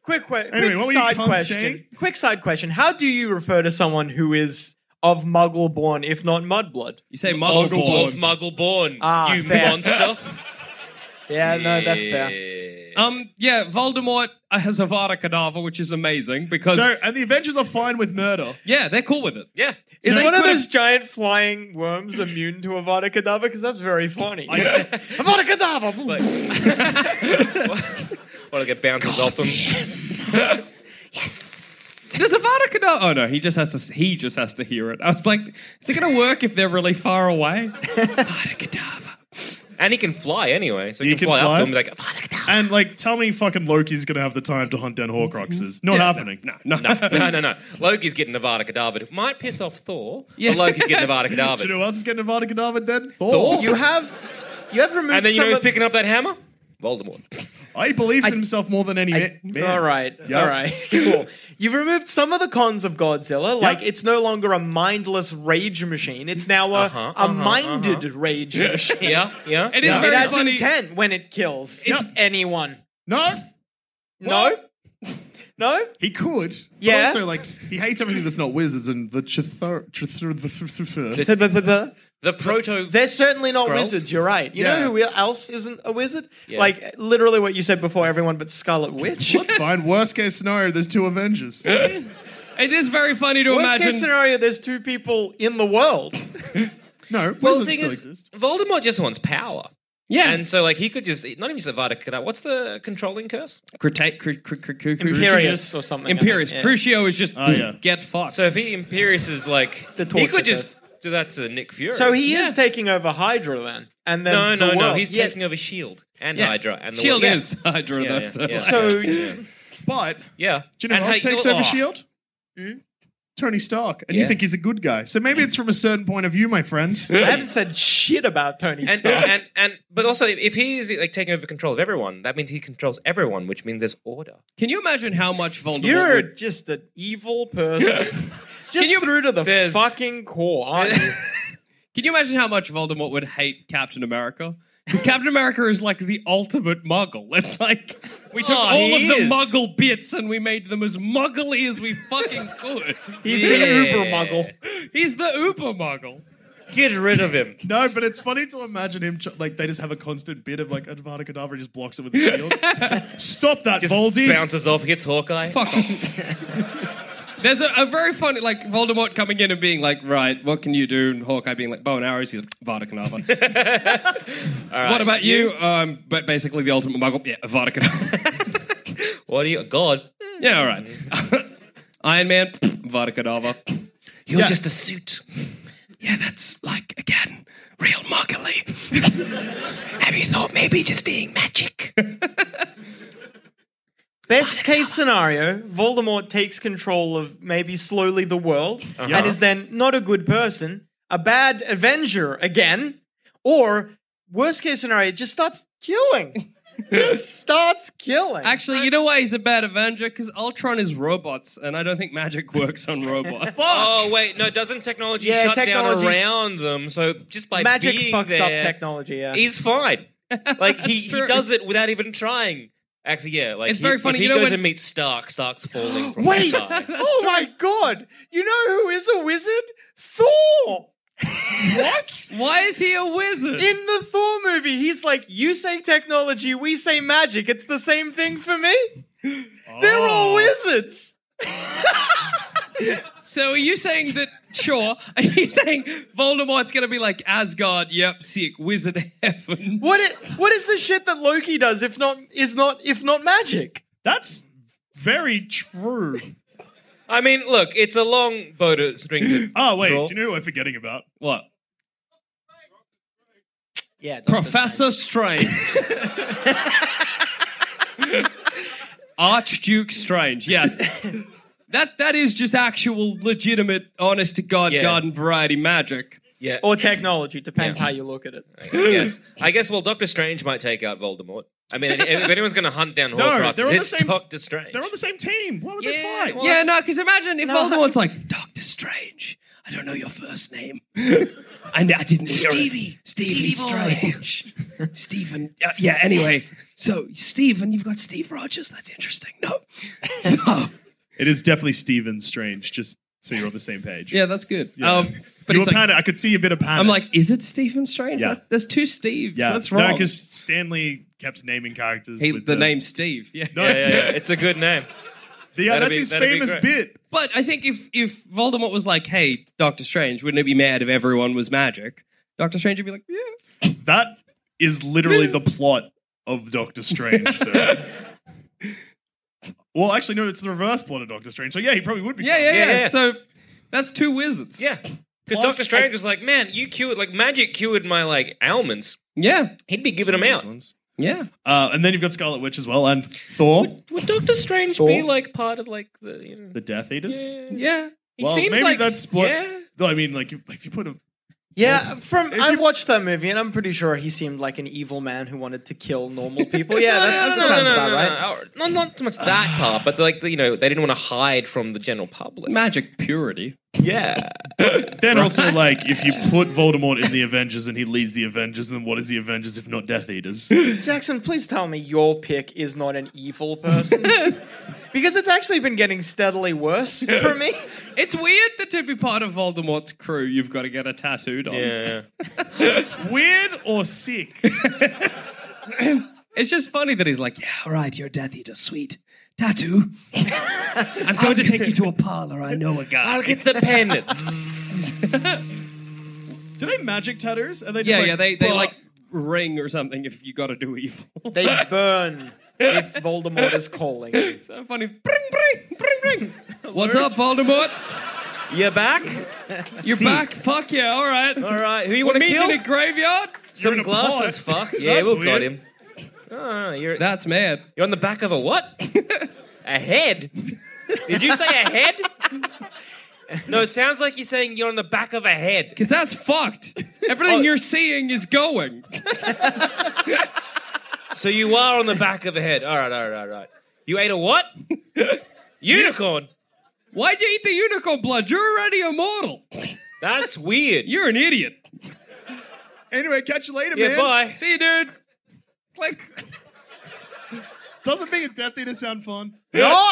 Speaker 5: quick que-
Speaker 2: Anyway, what
Speaker 5: quick
Speaker 2: were you
Speaker 5: side
Speaker 2: cunts
Speaker 5: question?
Speaker 2: saying?
Speaker 5: Quick side question. How do you refer to someone who is of muggle born if not mudblood?
Speaker 3: You say
Speaker 4: Of,
Speaker 3: muggle.
Speaker 4: of Muggleborn,
Speaker 5: Ah,
Speaker 4: you
Speaker 5: fair.
Speaker 4: monster.
Speaker 5: Yeah, no, that's fair.
Speaker 4: Yeah.
Speaker 3: Um, yeah, Voldemort uh, has a Vada Kedavra, which is amazing because
Speaker 2: So, and the Avengers are fine with murder.
Speaker 3: yeah, they're cool with it.
Speaker 4: Yeah.
Speaker 5: Is
Speaker 3: So-
Speaker 5: one of
Speaker 3: Could've-
Speaker 5: those giant flying worms immune to Avada Kedavra? Because that's very funny. Avada Kedavra!
Speaker 4: Like, want to get bounces off them?
Speaker 3: Does a Vada Kedavra? Oh no, he just has to. s- He just has to hear it. I was like, is it going to work if they're really far away? Vada Kedavra.
Speaker 4: And he can fly anyway, so he
Speaker 2: You
Speaker 4: can,
Speaker 2: can
Speaker 4: fly,
Speaker 2: fly?
Speaker 4: up them and be like,
Speaker 2: And like, tell me, fucking Loki's gonna have the time to hunt down Horcruxes? Not happening. No, no.
Speaker 4: Mm-hmm. no, no, no. Loki's getting Nevada Cadaver. It Might piss off Thor,
Speaker 3: Yeah.
Speaker 4: but Loki's getting Nevada
Speaker 2: Do you know
Speaker 4: Cadaver.
Speaker 2: who else is getting Nevada Cadaver then?
Speaker 4: Thor.
Speaker 5: You have you have removed
Speaker 4: And then you
Speaker 5: some
Speaker 4: know who's
Speaker 5: of-
Speaker 4: picking up that hammer? Voldemort.
Speaker 2: I believe in himself more than any
Speaker 5: I-
Speaker 2: man.
Speaker 5: All right,
Speaker 2: Yeah.
Speaker 5: all right, cool. You've removed some of the cons of Godzilla. Like it's no longer a mindless rage machine; it's now a,
Speaker 4: Uh-huh,
Speaker 5: a
Speaker 4: uh-huh,
Speaker 5: minded rage machine.
Speaker 4: Yeah, yeah.
Speaker 3: It is
Speaker 5: It
Speaker 3: very
Speaker 5: has
Speaker 3: funny.
Speaker 5: intent when it kills
Speaker 2: Yep.
Speaker 5: anyone.
Speaker 2: No,
Speaker 5: No, no.
Speaker 2: he could. But
Speaker 5: Yeah.
Speaker 2: Also, like, he hates everything that's not wizards and the chithur, chithur, the th- th- th-
Speaker 4: The- The proto.
Speaker 5: They're certainly not
Speaker 4: Skrulls?
Speaker 5: wizards. You're right. You
Speaker 2: Yeah.
Speaker 5: know who else isn't a wizard?
Speaker 4: Yeah.
Speaker 5: Like literally what you said before. Everyone but Scarlet Witch.
Speaker 2: That's fine. Worst case scenario, there's two Avengers.
Speaker 3: It is very funny to
Speaker 5: Worst
Speaker 3: imagine.
Speaker 5: case scenario, there's two people in the world.
Speaker 2: No,
Speaker 4: Well, the
Speaker 2: wizards
Speaker 4: thing
Speaker 2: still
Speaker 4: is,
Speaker 2: exist.
Speaker 4: Voldemort just wants power.
Speaker 3: yeah,
Speaker 4: And so, like, he could just not even Nevada Cadaver. What's the controlling curse?
Speaker 3: Crita- cr- cr- cr- cr-
Speaker 5: Imperious or something, I think,
Speaker 3: Imperious.
Speaker 5: yeah.
Speaker 3: Crucio is just
Speaker 2: Oh, yeah.
Speaker 3: get fucked.
Speaker 4: So if he Imperius is like,
Speaker 5: The
Speaker 4: he
Speaker 5: torture
Speaker 4: could just do that to Nick Fury.
Speaker 5: So he is taking over Hydra then, and then
Speaker 4: No,
Speaker 5: the
Speaker 4: no, no.
Speaker 5: world.
Speaker 4: He's
Speaker 5: Yeah,
Speaker 4: taking over Shield E and
Speaker 3: Yeah.
Speaker 4: Hydra and the
Speaker 3: Shield
Speaker 4: yeah.
Speaker 3: E is Hydra.
Speaker 4: Yeah,
Speaker 3: though,
Speaker 4: yeah,
Speaker 3: so-
Speaker 4: yeah.
Speaker 5: So
Speaker 2: But
Speaker 4: Yeah.
Speaker 2: do you know
Speaker 4: And
Speaker 2: who else
Speaker 4: hey,
Speaker 2: takes
Speaker 4: oh,
Speaker 2: over
Speaker 4: oh.
Speaker 2: Shield? E Tony Stark, and you
Speaker 4: Yeah.
Speaker 2: think he's a good guy. So maybe it's from a certain point of view, my friend.
Speaker 5: I haven't said shit about Tony
Speaker 4: And,
Speaker 5: Stark.
Speaker 4: and and but also if he is like taking over control of everyone, that means he controls everyone, which means there's order.
Speaker 3: Can you imagine how much Voldemort?
Speaker 5: You're
Speaker 3: would-
Speaker 5: just an evil person. just through to the
Speaker 4: There's-
Speaker 5: fucking core, aren't you?
Speaker 3: Can you imagine how much Voldemort would hate Captain America? Because Captain America is like the ultimate muggle. It's like we took
Speaker 4: Oh,
Speaker 3: all of
Speaker 4: he
Speaker 3: the
Speaker 4: is.
Speaker 3: muggle bits and we made them as muggly as we fucking could.
Speaker 5: He's
Speaker 4: Yeah.
Speaker 5: the uber muggle.
Speaker 3: He's the uber muggle.
Speaker 4: Get rid of him.
Speaker 2: No, but it's funny to imagine him. Ch- like they just have a constant bit of like Avada Kedavra he just blocks it with the shield. So, Stop that,
Speaker 4: Just
Speaker 2: Voldy.
Speaker 4: bounces off, hits Hawkeye.
Speaker 3: Fuck off. There's a, a very funny, like Voldemort coming in and being like, "Right, what can you do?" And Hawkeye being like, "Bow and arrows." He's like, "Vada Kedavra." What about you? Um, but basically, the ultimate muggle. Yeah, Vada Kedavra.
Speaker 4: What are you? God,
Speaker 3: yeah, all right. Iron Man. Vada Kedavra.
Speaker 4: you're just a suit.
Speaker 3: Yeah, that's like again, real muggly.
Speaker 4: Have you thought maybe just being magic?
Speaker 5: Best case scenario, Voldemort takes control of maybe slowly the world
Speaker 4: Uh-huh.
Speaker 5: and is then not a good person, a bad Avenger again, or worst case scenario, just starts killing. just starts killing.
Speaker 3: Actually, you know why he's a bad Avenger? Because Ultron is robots, and I don't think magic works on robots.
Speaker 4: oh wait, no. Doesn't technology
Speaker 5: Yeah,
Speaker 4: shut
Speaker 5: technology-
Speaker 4: down around them? So just by
Speaker 5: Magic
Speaker 4: being
Speaker 5: fucks
Speaker 4: there,
Speaker 5: up technology. Yeah.
Speaker 4: He's fine. Like he, he
Speaker 3: true.
Speaker 4: does it without even trying. Actually, yeah. Like
Speaker 3: It's
Speaker 4: he-
Speaker 3: very
Speaker 4: if
Speaker 3: funny,
Speaker 4: He
Speaker 3: you know
Speaker 4: goes
Speaker 3: when-
Speaker 4: and meets Stark. Stark's falling from
Speaker 5: Wait!
Speaker 4: the sky.
Speaker 5: oh my god! You know who is a wizard? Thor! what?
Speaker 3: Why is he a wizard?
Speaker 5: In the Thor movie, he's like, you say technology, we say magic.
Speaker 4: Oh.
Speaker 5: It's the same thing for me. They're all wizards.
Speaker 3: So are you saying that? Sure. Are you saying Voldemort's going to be like Asgard? Yep, sick wizard heaven.
Speaker 5: What i- what is the shit that Loki does if not is not if not magic?
Speaker 2: That's very true.
Speaker 4: I mean, look, it's a long bow to string to.
Speaker 2: Oh, wait.
Speaker 4: Draw.
Speaker 2: Do you know who I'm forgetting about?
Speaker 3: What?
Speaker 5: Yeah,
Speaker 3: Professor Strange. Archduke Strange. Yes. That that is just actual legitimate honest to god
Speaker 4: Yeah.
Speaker 3: garden variety magic.
Speaker 4: Yeah,
Speaker 5: or technology depends
Speaker 4: Yeah.
Speaker 5: how you look at it.
Speaker 4: I guess. I guess. Well, Doctor Strange might take out Voldemort. I mean, if if anyone's going to hunt down Horcrux,
Speaker 2: they're on the
Speaker 4: it's
Speaker 2: same-
Speaker 4: Doctor Strange.
Speaker 2: They're on the same team. Why would they
Speaker 4: Yeah,
Speaker 2: fight?
Speaker 4: well-
Speaker 3: Yeah, no, because imagine if
Speaker 5: No.
Speaker 3: Voldemort's like Doctor Strange. I don't know your first name. And I didn't hear Stevie. Stevie, Strange. Stephen. uh, yeah. Anyway, so Stephen, you've got Steve Rogers. That's interesting. No. So
Speaker 2: It is definitely Stephen Strange, just so you're on the same page.
Speaker 3: yeah, that's good. Um,
Speaker 2: you were
Speaker 3: but it's like,
Speaker 2: panic. I could see a bit of panic.
Speaker 3: I'm like, is it Stephen Strange?
Speaker 2: Yeah.
Speaker 3: That- there's two Steves.
Speaker 2: yeah,
Speaker 3: That's wrong.
Speaker 2: because Stanley kept naming characters.
Speaker 3: he, the,
Speaker 2: with
Speaker 3: name Steve. Yeah.
Speaker 2: No,
Speaker 4: yeah, yeah, yeah. It's a good name.
Speaker 2: yeah,
Speaker 4: That'd
Speaker 2: that's
Speaker 4: be-
Speaker 2: his
Speaker 4: that'd be
Speaker 2: famous
Speaker 4: great.
Speaker 2: bit.
Speaker 3: But I think if if Voldemort was like, hey, Doctor Strange, wouldn't it be mad if everyone was magic? Doctor Strange would be like, yeah.
Speaker 2: That is literally the plot of Doctor Strange. though. well, actually, no, it's the reverse plot of Doctor Strange. So yeah, he probably would be.
Speaker 3: Yeah,
Speaker 2: fine.
Speaker 3: yeah, yeah.
Speaker 4: Yeah, yeah.
Speaker 3: So that's two wizards.
Speaker 4: Yeah. Because
Speaker 2: Plus-
Speaker 4: Doctor Strange was like, man, you cured, like, magic cured my, like, almonds.
Speaker 3: Yeah.
Speaker 4: He'd be giving them
Speaker 2: Those
Speaker 4: out.
Speaker 2: ones.
Speaker 3: Yeah.
Speaker 2: Uh, and then you've got Scarlet Witch as well, and Thor,
Speaker 4: Would Doctor Strange
Speaker 5: Thor?
Speaker 4: be, like, part of, like, the, you know.
Speaker 2: the Death Eaters.
Speaker 4: yeah.
Speaker 3: Yeah.
Speaker 4: He
Speaker 2: Well,
Speaker 4: seems
Speaker 2: maybe
Speaker 4: like,
Speaker 2: that's what.
Speaker 4: Yeah.
Speaker 2: No, I mean, like, if, if you put a
Speaker 5: Yeah, from I
Speaker 2: you-
Speaker 5: watched that movie and I'm pretty sure he seemed like an evil man who wanted to kill normal people. Yeah,
Speaker 4: No,
Speaker 5: that's,
Speaker 4: no,
Speaker 5: that
Speaker 4: no, no,
Speaker 5: sounds
Speaker 4: no,
Speaker 5: about
Speaker 4: no,
Speaker 5: right.
Speaker 4: no. Or- Not, not so much that part, but, like, the, you know, they didn't want to hide from the general public.
Speaker 3: Magic purity.
Speaker 4: Yeah.
Speaker 2: Then also, like, if you put Voldemort in the Avengers and he leads the Avengers, then what is the Avengers if not Death Eaters?
Speaker 5: Jackson, please tell me your pick is not an evil person. because it's actually been getting steadily worse for me.
Speaker 3: It's weird that to be part of Voldemort's crew, you've got to get a tattooed on.
Speaker 4: Yeah.
Speaker 2: Weird or sick?
Speaker 3: It's just funny that he's like, yeah, all right, you're a Death Eater, sweet. Tattoo. I'm going to take you to a parlor. I know a guy.
Speaker 4: I'll get the pen.
Speaker 2: Do they magic tattoos? Are they just
Speaker 3: Yeah,
Speaker 2: like,
Speaker 3: yeah. They, they
Speaker 2: "Bah."
Speaker 3: like ring or something if you got to do evil.
Speaker 5: They burn if Voldemort is calling.
Speaker 3: so funny. Bring, bring, bring, bring. What's up, Voldemort?
Speaker 4: You're back?
Speaker 3: You're back. Fuck yeah. All right.
Speaker 4: All right. Who you
Speaker 3: We're
Speaker 4: want to
Speaker 3: meeting
Speaker 4: kill?
Speaker 3: in a graveyard.
Speaker 4: Some
Speaker 2: in a
Speaker 4: glasses,
Speaker 2: pot.
Speaker 4: fuck. Yeah,
Speaker 2: That's
Speaker 4: we'll
Speaker 2: weird.
Speaker 4: got him. Oh, you're,
Speaker 3: That's mad.
Speaker 4: you're on the back of a what? a head? Did you say a head? No, it sounds like you're saying you're on the back of a head.
Speaker 3: Because that's fucked. Everything
Speaker 4: Oh.
Speaker 3: you're seeing is going.
Speaker 4: So you are on the back of a head. All right, all right, all right. You ate a what? Unicorn.
Speaker 3: Why'd you eat the unicorn blood? You're already immortal.
Speaker 4: That's weird.
Speaker 3: You're an idiot.
Speaker 2: Anyway, catch you later,
Speaker 4: Yeah,
Speaker 2: man.
Speaker 4: bye.
Speaker 3: See you, dude. Click.
Speaker 2: Doesn't being a Death Eater sound fun?
Speaker 5: No!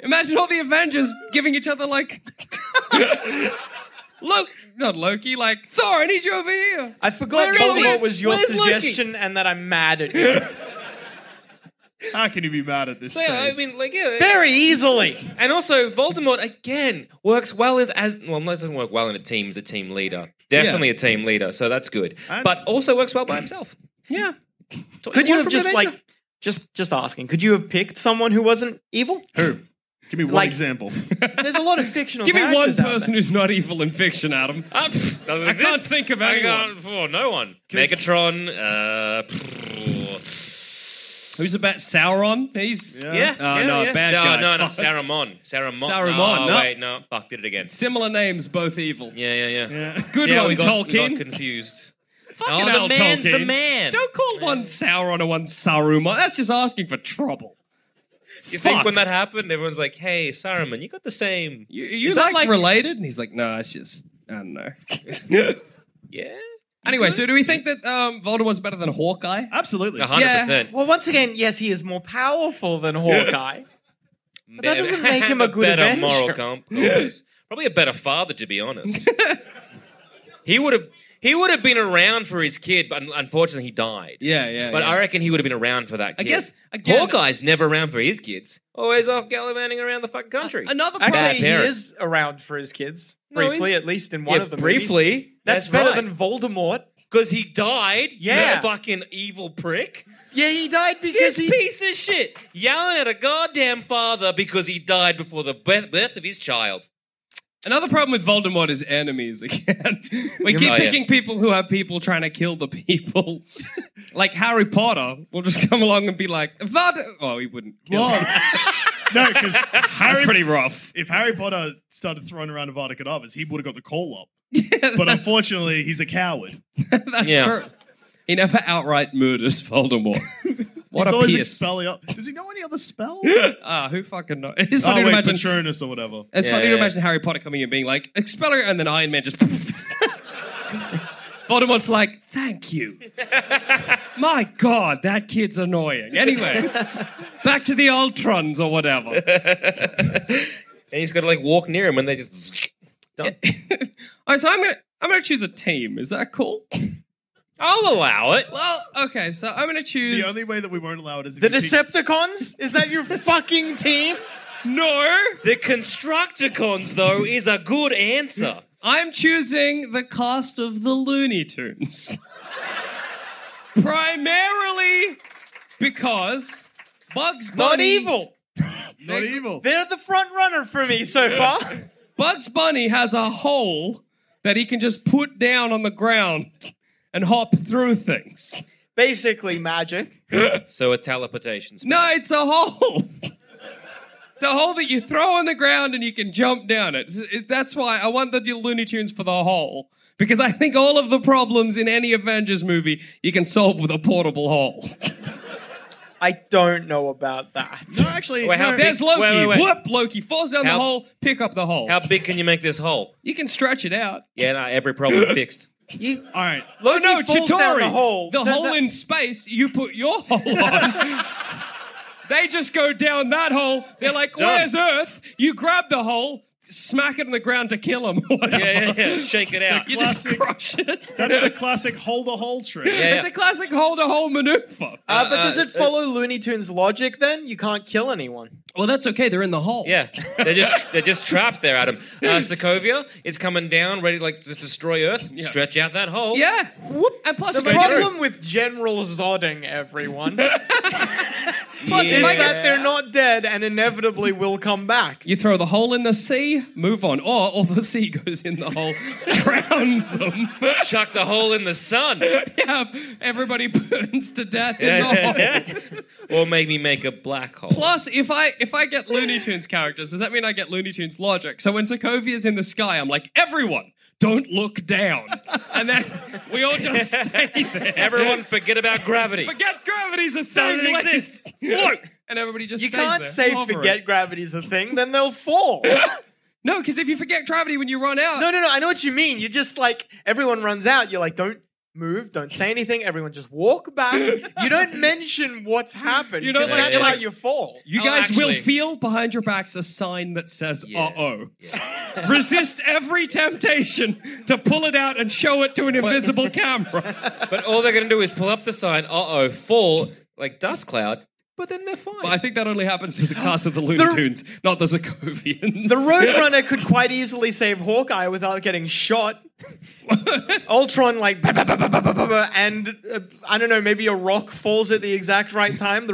Speaker 3: Imagine all the Avengers giving each other like, Loki, not Loki, like Thor. I need you over here.
Speaker 5: I forgot
Speaker 4: Where is
Speaker 5: Voldemort
Speaker 4: he?
Speaker 5: was your
Speaker 4: Where's Loki?
Speaker 5: suggestion and that I'm mad at you.
Speaker 2: How can you be mad at this?
Speaker 4: So, yeah, I
Speaker 2: face?
Speaker 4: mean, like, yeah.
Speaker 5: Very easily.
Speaker 4: And also, Voldemort again works well as as well. No, doesn't work well in a team as a team leader. Definitely a team leader, so that's good.
Speaker 2: And-
Speaker 4: but also works well by himself.
Speaker 3: Yeah.
Speaker 4: That's what
Speaker 5: Could you
Speaker 4: want
Speaker 5: have
Speaker 4: from an
Speaker 5: just
Speaker 4: Avenger.
Speaker 5: like just just asking, could you have picked someone who wasn't evil?
Speaker 2: who? Give me one
Speaker 5: Like-
Speaker 2: example.
Speaker 5: There's a lot of fictional
Speaker 3: Give me one
Speaker 5: characters out
Speaker 3: person who's not evil in fiction, Adam.
Speaker 4: Ah, pff, doesn't
Speaker 3: I
Speaker 4: exist.
Speaker 3: can't think of
Speaker 4: I
Speaker 3: anyone.
Speaker 4: can't- oh, no one. Megatron. Uh, pff,
Speaker 3: Who's about Sauron? He's
Speaker 4: yeah. yeah,
Speaker 3: Oh, no,
Speaker 4: yeah.
Speaker 3: bad
Speaker 4: Sar-
Speaker 3: guy.
Speaker 4: No, no,
Speaker 3: Fuck.
Speaker 4: Saruman. Saruman.
Speaker 3: Saruman,
Speaker 4: No,
Speaker 3: no.
Speaker 4: wait, no. Fuck, did it again.
Speaker 3: similar names, both evil.
Speaker 4: Yeah, yeah, yeah.
Speaker 2: Yeah.
Speaker 3: Good
Speaker 4: yeah,
Speaker 3: one,
Speaker 4: we got,
Speaker 3: Tolkien.
Speaker 4: We got confused.
Speaker 3: Fucking
Speaker 4: oh,
Speaker 3: hell,
Speaker 4: the man's the
Speaker 3: Tolkien.
Speaker 4: man.
Speaker 3: Don't call one Sauron and one Saruman. That's just asking for trouble.
Speaker 4: you think
Speaker 3: fuck.
Speaker 4: when that happened, everyone's like, "Hey, Saruman, you got the same."
Speaker 3: You, you
Speaker 4: Is that
Speaker 3: like,
Speaker 4: like-
Speaker 3: related? And he's like, no, it's just I don't know.
Speaker 4: Yeah,
Speaker 3: anyway, so do we think that um, Voldemort's better than Hawkeye?
Speaker 2: Absolutely.
Speaker 3: Uh-huh.
Speaker 4: a hundred percent.
Speaker 5: Well, once again, yes, he is more powerful than Hawkeye. that doesn't make him a good
Speaker 4: better
Speaker 5: Avenger.
Speaker 4: moral comp- compass. Probably a better father, to be honest. he would have. He would have been around for his kid, but un- unfortunately he died.
Speaker 3: Yeah, yeah.
Speaker 4: But
Speaker 3: yeah.
Speaker 4: I reckon he would have been around for that kid.
Speaker 3: guess, again-
Speaker 4: Hawkeye's never around for his kids. Always off gallivanting around the fucking country.
Speaker 3: another problem.
Speaker 5: Actually, he
Speaker 4: parent.
Speaker 5: is around for his kids
Speaker 4: No,
Speaker 5: briefly, at least in one
Speaker 4: yeah,
Speaker 5: of them.
Speaker 4: briefly.
Speaker 5: That's,
Speaker 4: That's,
Speaker 5: better
Speaker 4: right.
Speaker 5: than Voldemort.
Speaker 4: because he died. you
Speaker 5: Yeah.
Speaker 4: fucking evil prick.
Speaker 5: Yeah, he died because
Speaker 4: This
Speaker 5: he.
Speaker 4: piece of shit yelling at a goddamn father because he died before the birth, birth of his child.
Speaker 3: Another problem with Voldemort is enemies again. we keep
Speaker 4: yeah.
Speaker 3: picking people who have people trying to kill the people. like Harry Potter will just come along and be like, Voldemort. Oh, he wouldn't. Kill
Speaker 2: Well,
Speaker 3: him.
Speaker 2: no, because
Speaker 3: That's
Speaker 2: Harry.
Speaker 3: pretty rough.
Speaker 2: if Harry Potter started throwing around Avada Kedavras, he would have got the call up. but unfortunately, he's a coward.
Speaker 3: That's
Speaker 4: Yeah.
Speaker 3: true. He never outright murders Voldemort. what
Speaker 2: he's
Speaker 3: a
Speaker 2: always
Speaker 3: piece.
Speaker 2: Expellio- Does he know any other spells?
Speaker 3: Ah, who fucking knows? It's
Speaker 2: oh
Speaker 3: funny
Speaker 2: wait,
Speaker 3: to imagine.
Speaker 2: Patronus or whatever.
Speaker 3: It's funny to
Speaker 4: Yeah.
Speaker 3: imagine Harry Potter coming in being like, Expelliarmus, and then Iron Man just. Voldemort's like, thank you. My God, that kid's annoying. Anyway, back to the Ultrons or whatever.
Speaker 4: And he's got to like walk near him and they just. Done.
Speaker 3: All right, so I'm gonna I'm gonna choose a team. Is that cool?
Speaker 4: I'll allow it.
Speaker 3: Well, okay, so I'm gonna choose.
Speaker 2: The only way that we won't allow it is if
Speaker 5: The
Speaker 2: you pick-
Speaker 5: Decepticons? Is that your fucking team?
Speaker 3: no,
Speaker 4: The Constructicons, though, is a good answer.
Speaker 3: I'm choosing the cast of the Looney Tunes. Primarily because Bugs Bunny.
Speaker 5: Not evil.
Speaker 2: not evil.
Speaker 5: They're the front runner for me so far.
Speaker 3: Bugs Bunny has a hole that he can just put down on the ground and hop through things.
Speaker 5: Basically, magic.
Speaker 4: So a teleportation spell.
Speaker 3: No, it's a hole. It's a hole that you throw on the ground and you can jump down it. It's- it- That's why I want the Looney Tunes for the hole. Because I think all of the problems in any Avengers movie you can solve with a portable hole.
Speaker 5: I don't know about that.
Speaker 2: No, actually,
Speaker 4: Wait, how
Speaker 2: no,
Speaker 4: big-
Speaker 3: There's Loki.
Speaker 4: wait, wait, wait.
Speaker 3: Whoop! Loki falls down the
Speaker 4: How-
Speaker 3: hole. Pick up the hole.
Speaker 4: How big can you make this hole?
Speaker 3: You can stretch it out.
Speaker 4: Yeah, no, every problem fixed.
Speaker 5: You,
Speaker 2: all right.
Speaker 5: Loki
Speaker 3: No,
Speaker 5: falls down
Speaker 3: Chitauri.
Speaker 5: the hole.
Speaker 3: the
Speaker 5: Turns
Speaker 3: hole
Speaker 5: out-
Speaker 3: in space. You put your hole on. they just go down that hole. They're like,
Speaker 4: Done.
Speaker 3: "Where's Earth?" You grab the hole, smack it on the ground to kill them.
Speaker 4: Yeah, yeah, yeah. Shake it out.
Speaker 3: You just
Speaker 2: Classic.
Speaker 3: crush it.
Speaker 2: That's the classic hold the hole trick.
Speaker 4: Yeah,
Speaker 3: It's
Speaker 4: yeah.
Speaker 3: a classic hole to hole maneuver.
Speaker 5: Uh, but does it follow Looney Tunes logic then? You can't kill anyone.
Speaker 3: well, that's okay. They're in the hole.
Speaker 4: Yeah, they're just they're just trapped there, Adam. Uh, Sokovia, it's coming down, ready to like just destroy Earth. Stretch out that hole.
Speaker 3: Yeah. Whoop. And plus,
Speaker 5: The
Speaker 3: it makes-
Speaker 5: problem with General Zodding everyone is
Speaker 3: plus it
Speaker 4: is
Speaker 3: makes-
Speaker 5: that they're not dead and inevitably will come back.
Speaker 3: You throw the hole in the sea, move on, or all the sea goes in the hole, drowns them.
Speaker 4: Chuck the hole in the sun,
Speaker 3: yeah, everybody burns to death in the hole.
Speaker 4: or maybe make a black hole.
Speaker 3: Plus, if I if I get Looney Tunes characters, does that mean I get Looney Tunes logic? So when Sokovia's in the sky, I'm like, everyone, don't look down, and then we all just stay there.
Speaker 4: Everyone forget about gravity.
Speaker 3: forget gravity's a thing.
Speaker 4: Doesn't
Speaker 3: let's
Speaker 4: exist.
Speaker 3: float. And everybody just
Speaker 5: You
Speaker 3: stays
Speaker 5: can't
Speaker 3: there,
Speaker 5: say
Speaker 3: hovering.
Speaker 5: forget gravity's a thing, then they'll fall.
Speaker 3: No, because if you forget gravity when you run out,
Speaker 5: No, no, no. I know what you mean. You just like everyone runs out. You're like, don't move, don't say anything. Everyone just walk back. you don't mention what's happened.
Speaker 3: You don't,
Speaker 5: 'cause
Speaker 4: like-
Speaker 5: that's
Speaker 4: you're
Speaker 5: how
Speaker 4: like-
Speaker 5: you fall.
Speaker 3: You
Speaker 4: Oh,
Speaker 3: guys
Speaker 4: actually-
Speaker 3: will feel behind your backs a sign that says,
Speaker 4: Yeah.
Speaker 3: uh oh. Resist every temptation to pull it out and show it to an invisible camera.
Speaker 4: But all they're gonna do is pull up the sign. Uh oh, fall like dust cloud. But then they're fine.
Speaker 3: But I think that only happens to the cast of the Looney
Speaker 5: The-
Speaker 3: Tunes, not the Zakovians.
Speaker 5: The Roadrunner could quite easily save Hawkeye without getting shot. Ultron, like, bah, bah, bah, bah, bah, bah, bah, bah, and uh, I don't know, maybe a rock falls at the exact right time. The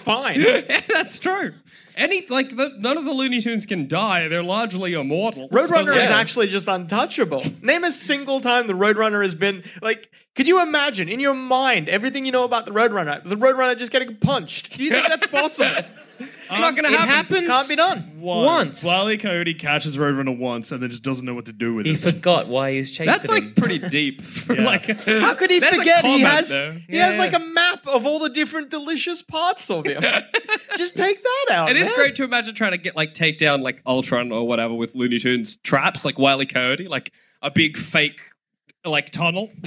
Speaker 5: fine.
Speaker 3: Yeah, that's true. Any like the, none of the Looney Tunes can die; they're largely immortal.
Speaker 5: Roadrunner
Speaker 3: So-
Speaker 5: is
Speaker 4: yeah.
Speaker 5: actually just untouchable. Name a single time the Roadrunner has been like. Could you imagine in your mind everything you know about the Roadrunner? The Roadrunner just getting punched. Do you think that's possible?
Speaker 3: it's not going to
Speaker 4: it
Speaker 3: happen.
Speaker 4: happens.
Speaker 5: Can't be done.
Speaker 4: Once.
Speaker 2: Wile E. Coyote catches Roadrunner once and then just doesn't know what to do with
Speaker 4: He
Speaker 2: it.
Speaker 4: forgot why he was chasing.
Speaker 3: That's
Speaker 4: him.
Speaker 3: like pretty deep. For
Speaker 2: Yeah.
Speaker 3: like,
Speaker 5: How could he
Speaker 3: That's a
Speaker 5: forget he
Speaker 3: comment,
Speaker 5: has
Speaker 3: though.
Speaker 5: he has
Speaker 4: Yeah.
Speaker 5: like a map of all the different delicious parts of him? just take that out.
Speaker 3: It is
Speaker 5: man.
Speaker 3: great to imagine trying to get like take down like Ultron or whatever with Looney Tunes traps like Wile E. Coyote, like a big fake like tunnel.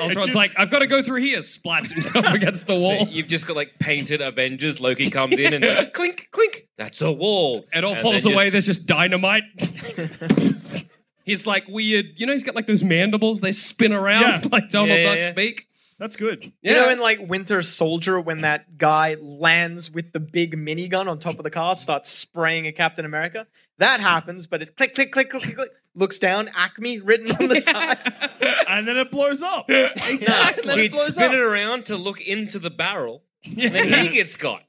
Speaker 3: Ultron's
Speaker 2: just-
Speaker 3: like, I've got to go through here, splats himself against the wall.
Speaker 4: You've just got like painted Avengers. Loki comes in and like, clink, clink. That's a wall.
Speaker 3: It all
Speaker 4: And
Speaker 3: falls
Speaker 4: then
Speaker 3: away.
Speaker 4: just-
Speaker 3: There's just dynamite. He's like weird, you know, he's got like those mandibles, they spin around
Speaker 2: Yeah.
Speaker 3: like Donald
Speaker 4: Yeah, yeah,
Speaker 3: Duck's
Speaker 4: yeah.
Speaker 3: beak.
Speaker 2: That's good.
Speaker 3: Yeah.
Speaker 5: You know, in like Winter Soldier, when that guy lands with the big minigun on top of the car, starts spraying at Captain America. That happens, but it's click, click, click, click, click, click. Looks down, Acme written on the side.
Speaker 2: And then it blows up.
Speaker 5: Exactly.
Speaker 4: He'd spin it around to look into the barrel, and then he gets got.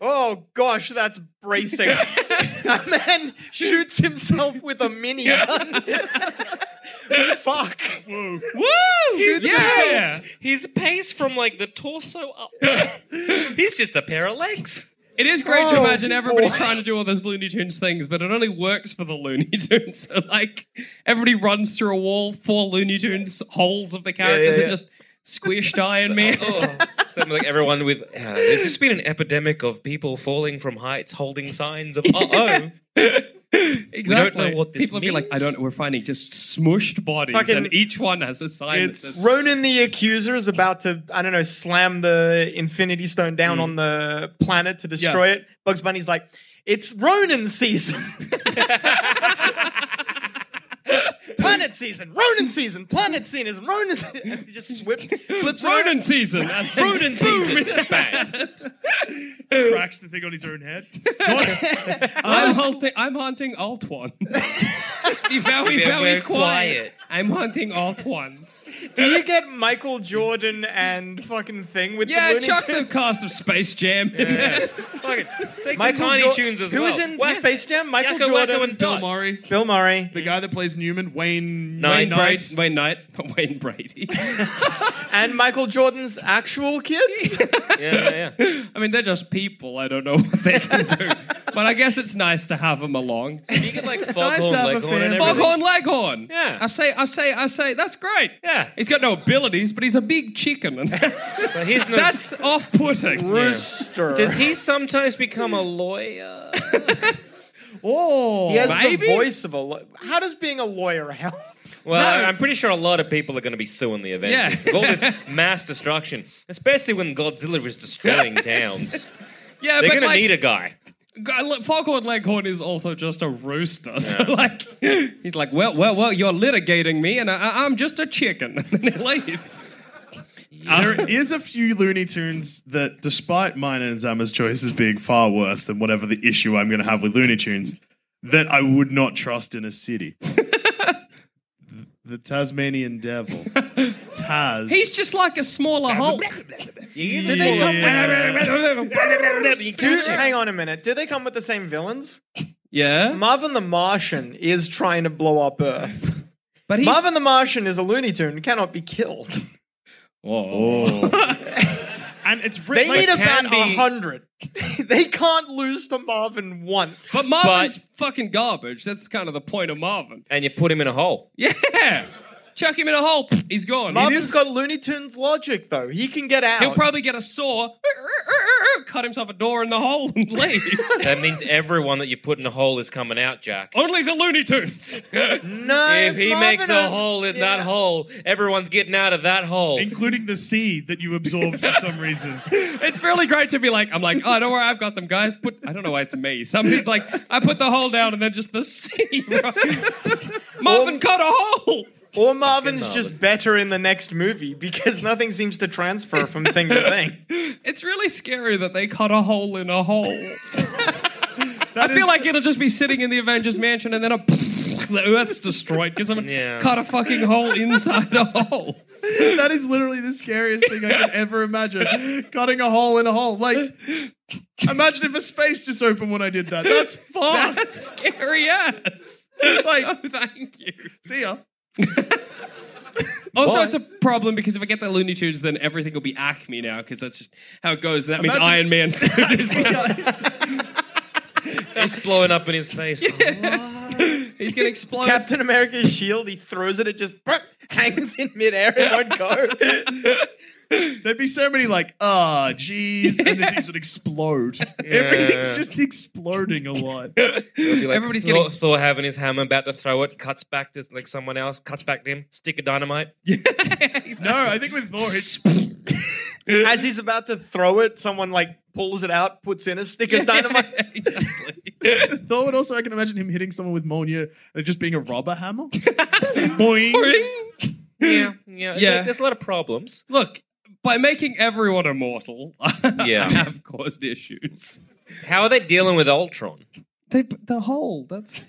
Speaker 5: Oh gosh, that's bracing. a man shoots himself with a minigun. Fuck.
Speaker 3: Woo!
Speaker 4: Yeah, his pace from like the torso up. He's just a pair of legs.
Speaker 3: It is great to
Speaker 5: Oh,
Speaker 3: imagine everybody
Speaker 5: boy.
Speaker 3: trying to do all those Looney Tunes things, but it only works for the Looney Tunes. So, like, everybody runs through a wall, four Looney Tunes holes of the characters,
Speaker 4: yeah,
Speaker 3: and
Speaker 4: yeah.
Speaker 3: just squished Iron Man.
Speaker 4: Oh, so like everyone with uh, there's just been an epidemic of people falling from heights holding signs of uh oh.
Speaker 3: exactly.
Speaker 4: know what this
Speaker 3: People would be like,
Speaker 4: means.
Speaker 3: I don't. We're finding just smushed bodies,
Speaker 5: Fucking-
Speaker 3: and each one has a sign. that
Speaker 2: It's
Speaker 3: says-
Speaker 5: Ronan the Accuser is about to, I don't know, slam the Infinity Stone
Speaker 4: Mm.
Speaker 5: down on the planet to destroy it. Bugs Bunny's like, it's Ronan season. planet season, Ronan season, planet season, Ronan season. And he just whips, flips it
Speaker 3: Ronan
Speaker 5: around.
Speaker 3: season. And then
Speaker 4: Rodent season. Bang.
Speaker 2: Cracks the thing on his own head.
Speaker 3: I'm haunting. I'm haunting alt ones. Be very,
Speaker 4: They're
Speaker 3: very
Speaker 4: very
Speaker 3: quiet.
Speaker 4: quiet.
Speaker 3: I'm haunting alt ones.
Speaker 5: Do you get Michael Jordan and fucking thing with the
Speaker 3: Yeah,
Speaker 5: Looney
Speaker 3: chuck the
Speaker 5: Tunes?
Speaker 3: cast of Space Jam.
Speaker 4: Fuck it. Take
Speaker 5: Michael
Speaker 4: the Tiny
Speaker 5: Jo-
Speaker 4: Tunes as
Speaker 5: who
Speaker 4: well.
Speaker 5: was in
Speaker 4: Whack-
Speaker 5: Space Jam? Michael
Speaker 4: Yakko, Wacko,
Speaker 5: Jordan,
Speaker 4: and
Speaker 3: Bill
Speaker 4: Dot.
Speaker 3: Murray.
Speaker 5: Bill Murray.
Speaker 2: The guy that plays Newman, Wayne
Speaker 4: Knight.
Speaker 2: Wayne
Speaker 3: Wayne,
Speaker 2: Knight.
Speaker 3: Brady, Wayne Knight, Wayne Brady.
Speaker 5: And Michael Jordan's actual kids?
Speaker 4: Yeah, yeah, yeah.
Speaker 3: I mean, they're just people. I don't know what they can do, but I guess it's nice to have them along.
Speaker 4: You get like foghorn
Speaker 2: to have a
Speaker 4: leghorn
Speaker 2: fan.
Speaker 4: and everything.
Speaker 3: Foghorn Leghorn.
Speaker 4: Yeah.
Speaker 3: I say, I say, I say. That's great.
Speaker 4: Yeah.
Speaker 3: He's got no abilities, but he's a big chicken, and that's,
Speaker 4: But he's no.
Speaker 3: that's off-putting.
Speaker 5: Rooster.
Speaker 4: does he sometimes become a lawyer?
Speaker 2: Oh,
Speaker 5: He has
Speaker 3: Maybe?
Speaker 5: the voice of a lawyer. How does being a lawyer help?
Speaker 4: Well,
Speaker 3: No.
Speaker 4: I- I'm pretty sure a lot of people are going to be suing the Avengers
Speaker 3: Yeah.
Speaker 4: of all this mass destruction, especially when Godzilla is destroying towns.
Speaker 3: Yeah,
Speaker 4: They're
Speaker 3: but
Speaker 4: going to
Speaker 3: like,
Speaker 4: need a guy.
Speaker 3: Guy- look, Foghorn Leghorn is also just a rooster. So, like, he's like, well, well, well, you're litigating me, and I- I, I'm just a chicken. And then he leaves.
Speaker 2: There is a few Looney Tunes that, despite mine and Zama's choices being far worse than whatever the issue I'm going to have with Looney Tunes, that I would not trust in a city. The- the Tasmanian Devil. Taz.
Speaker 3: He's just like a smaller Hulk.
Speaker 4: He is
Speaker 5: Do they come
Speaker 2: Yeah.
Speaker 5: Do, hang on a minute. Do they come with the same villains?
Speaker 3: Yeah,
Speaker 5: Marvin the Martian is trying to blow up Earth.
Speaker 3: but he's
Speaker 5: Marvin the Martian is a Looney Tune, cannot be killed.
Speaker 2: Oh. and it's
Speaker 5: They
Speaker 2: written
Speaker 5: need
Speaker 2: like,
Speaker 5: about
Speaker 4: Candy-
Speaker 5: a hundred. they can't lose to Marvin once.
Speaker 3: but Marvin's fucking garbage. That's kind of the point of Marvin.
Speaker 4: And you put him in a hole.
Speaker 3: Yeah, chuck him in a hole. He's gone.
Speaker 5: Marvin's got Looney Tunes logic though. He can get out.
Speaker 3: He'll probably get a saw, cut himself a door in the hole, and leave.
Speaker 4: That means everyone that you put in a hole is coming out, Jack.
Speaker 3: Only the Looney Tunes.
Speaker 5: no,
Speaker 4: If he
Speaker 5: Marvin
Speaker 4: makes a
Speaker 5: on-
Speaker 4: hole in
Speaker 5: Yeah.
Speaker 4: that hole, everyone's getting out of that hole.
Speaker 2: including the sea that you absorbed for some reason.
Speaker 3: It's really great to be like, I'm like, oh, don't worry, I've got them, guys. Put, I don't know why it's me. Somebody's like, I put the hole down and then just the sea. Marvin cut a hole.
Speaker 5: Or Marvin's just better in the next movie because nothing seems to transfer from thing to thing.
Speaker 3: It's really scary that they cut a hole in a hole. I feel like it'll just be sitting in the Avengers mansion and then a the Earth's destroyed because someone
Speaker 4: Yeah.
Speaker 3: cut a fucking hole inside a hole.
Speaker 2: that is literally the scariest thing I could ever imagine. Cutting a hole in a hole. Like, imagine if a space just opened when I did that. That's fucked.
Speaker 3: That's scary ass.
Speaker 2: Oh. like,
Speaker 3: No, thank you.
Speaker 2: see ya.
Speaker 3: Also,
Speaker 4: Why?
Speaker 3: it's a problem because if I get the Looney Tunes, then everything will be Acme now because that's just how it goes. That means
Speaker 2: Imagine-
Speaker 3: Iron Man suit is now.
Speaker 4: It's blowing up in his face.
Speaker 3: He's gonna explode.
Speaker 5: Captain America's shield, he throws it, it just pop, hangs in midair and won't go.
Speaker 2: There'd be so many like, ah, jeez, and then things would explode. Everything's just exploding a lot.
Speaker 4: It'll be like
Speaker 3: Everybody's
Speaker 4: Thor,
Speaker 3: getting-
Speaker 4: Thor having his hammer about to throw it, cuts back to like someone else, cuts back to him, stick of dynamite.
Speaker 2: No, I think with Thor, it's
Speaker 5: as he's about to throw it, someone like pulls it out, puts in a stick of dynamite.
Speaker 2: Though it also, I can imagine him hitting someone with Molnir and it just being a rubber hammer. Boing.
Speaker 4: yeah, yeah,
Speaker 3: Yeah.
Speaker 4: yeah. There's a lot of problems.
Speaker 3: Look, by making everyone immortal,
Speaker 4: Yeah.
Speaker 3: I have caused issues.
Speaker 4: How are they dealing with Ultron?
Speaker 3: They, the whole, that's.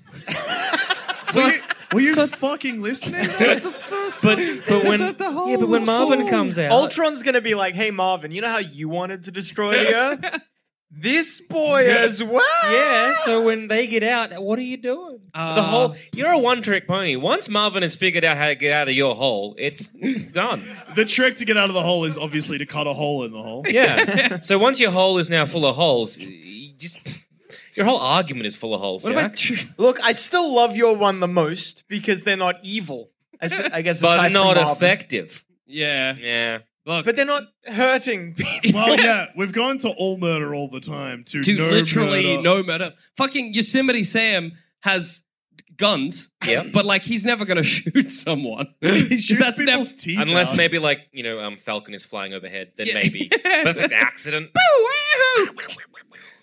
Speaker 2: Were you, were you fucking listening? That was the first
Speaker 4: But
Speaker 2: fucking-
Speaker 4: but when
Speaker 3: what the whole
Speaker 4: yeah, but when Marvin
Speaker 3: thing-
Speaker 4: comes out,
Speaker 5: Ultron's gonna be like, "Hey Marvin, you know how you wanted to destroy the Earth? This boy as well."
Speaker 4: Yeah, so when they get out, what are you doing? the
Speaker 3: Uh,
Speaker 4: whole you're a one trick pony. Once Marvin has figured out how to get out of your hole, it's done.
Speaker 2: the trick to get out of the hole is obviously to cut a hole in the hole.
Speaker 4: Yeah. so once your hole is now full of holes, you just your whole argument is full of holes.
Speaker 3: What
Speaker 4: Jack.
Speaker 3: about. Tr-
Speaker 5: Look, I still love your one the most because they're not evil. I, s- I guess,
Speaker 4: but
Speaker 5: aside
Speaker 4: not
Speaker 5: from Marvin.
Speaker 4: effective.
Speaker 3: yeah.
Speaker 4: Yeah.
Speaker 3: Look,
Speaker 5: But they're not hurting. people.
Speaker 2: Well, yeah, we've gone to all murder all the time to,
Speaker 3: to
Speaker 2: no
Speaker 3: literally
Speaker 2: murder.
Speaker 3: no matter. Fucking Yosemite Sam has guns,
Speaker 4: Yeah.
Speaker 3: but like he's never gonna shoot someone.
Speaker 2: He shoots
Speaker 3: That's never-
Speaker 2: people's teeth
Speaker 4: Unless
Speaker 2: out.
Speaker 4: maybe like you know, um, Falcon is flying overhead, then
Speaker 3: Yeah.
Speaker 4: maybe. But it's an accident.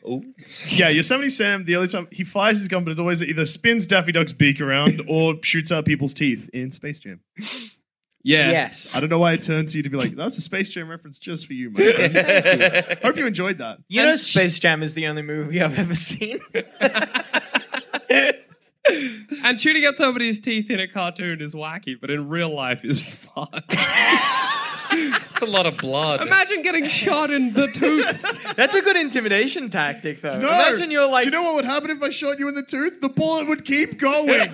Speaker 4: Ooh.
Speaker 2: yeah, Yosemite Sam. The only time he fires his gun, but it always either spins Daffy Duck's beak around or shoots out people's teeth in Space Jam.
Speaker 3: yeah.
Speaker 5: Yes.
Speaker 2: I don't know why it turned to you to be like, "That's a Space Jam reference just for you, my friend." Thank you. Hope you enjoyed that.
Speaker 5: You know, Space Jam is the only movie I've ever seen.
Speaker 3: And shooting out somebody's teeth in a cartoon is wacky, but in real life is fun.
Speaker 4: It's a lot of blood.
Speaker 3: Imagine getting shot in the tooth.
Speaker 5: That's a good intimidation tactic, though.
Speaker 2: No.
Speaker 5: Imagine you're like,
Speaker 2: Do you know what would happen if I shot you in the tooth? The bullet would keep going.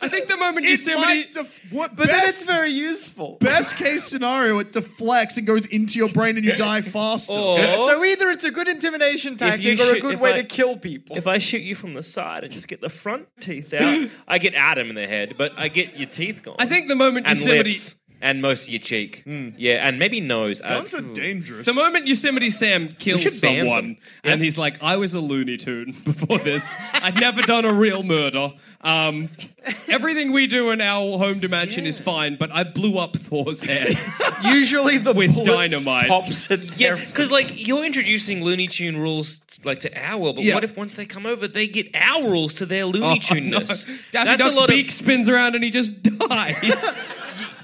Speaker 3: I think the moment
Speaker 2: It's
Speaker 3: Yosemite
Speaker 2: might def- what
Speaker 5: but then it's
Speaker 2: best,
Speaker 5: very useful.
Speaker 2: best case scenario, it deflects and goes into your brain and you
Speaker 3: Oh.
Speaker 2: die faster.
Speaker 4: Or
Speaker 5: So either it's a good intimidation
Speaker 4: you
Speaker 5: tactic or a
Speaker 4: shoot-
Speaker 5: good
Speaker 4: if
Speaker 5: way
Speaker 4: I-
Speaker 5: to kill people.
Speaker 4: if I shoot you from the side and just get the front teeth out, I get Adam in the head, but I get your teeth gone.
Speaker 3: I think the moment
Speaker 4: and
Speaker 3: Yosemite
Speaker 4: lips and most of your cheek.
Speaker 3: Hmm.
Speaker 4: Yeah, and maybe nose. Uh,
Speaker 2: Guns are dangerous.
Speaker 3: the moment Yosemite Sam kills
Speaker 4: should ban
Speaker 3: someone
Speaker 4: them.
Speaker 3: and he's like, I was a Looney Tune before this. I'd never done a real murder. Um, everything we do in our home dimension is fine, but I blew up Thor's head.
Speaker 5: Usually the
Speaker 3: With
Speaker 5: bullet
Speaker 3: dynamite.
Speaker 5: stops at
Speaker 4: yeah,
Speaker 5: their-
Speaker 4: because like you're introducing Looney Tune rules like to our world, but
Speaker 3: Yeah.
Speaker 4: what if once they come over, they get our rules to their Looney Tuneness?
Speaker 3: Oh, No. Daffy Duck's beak spins around and he just dies.
Speaker 4: of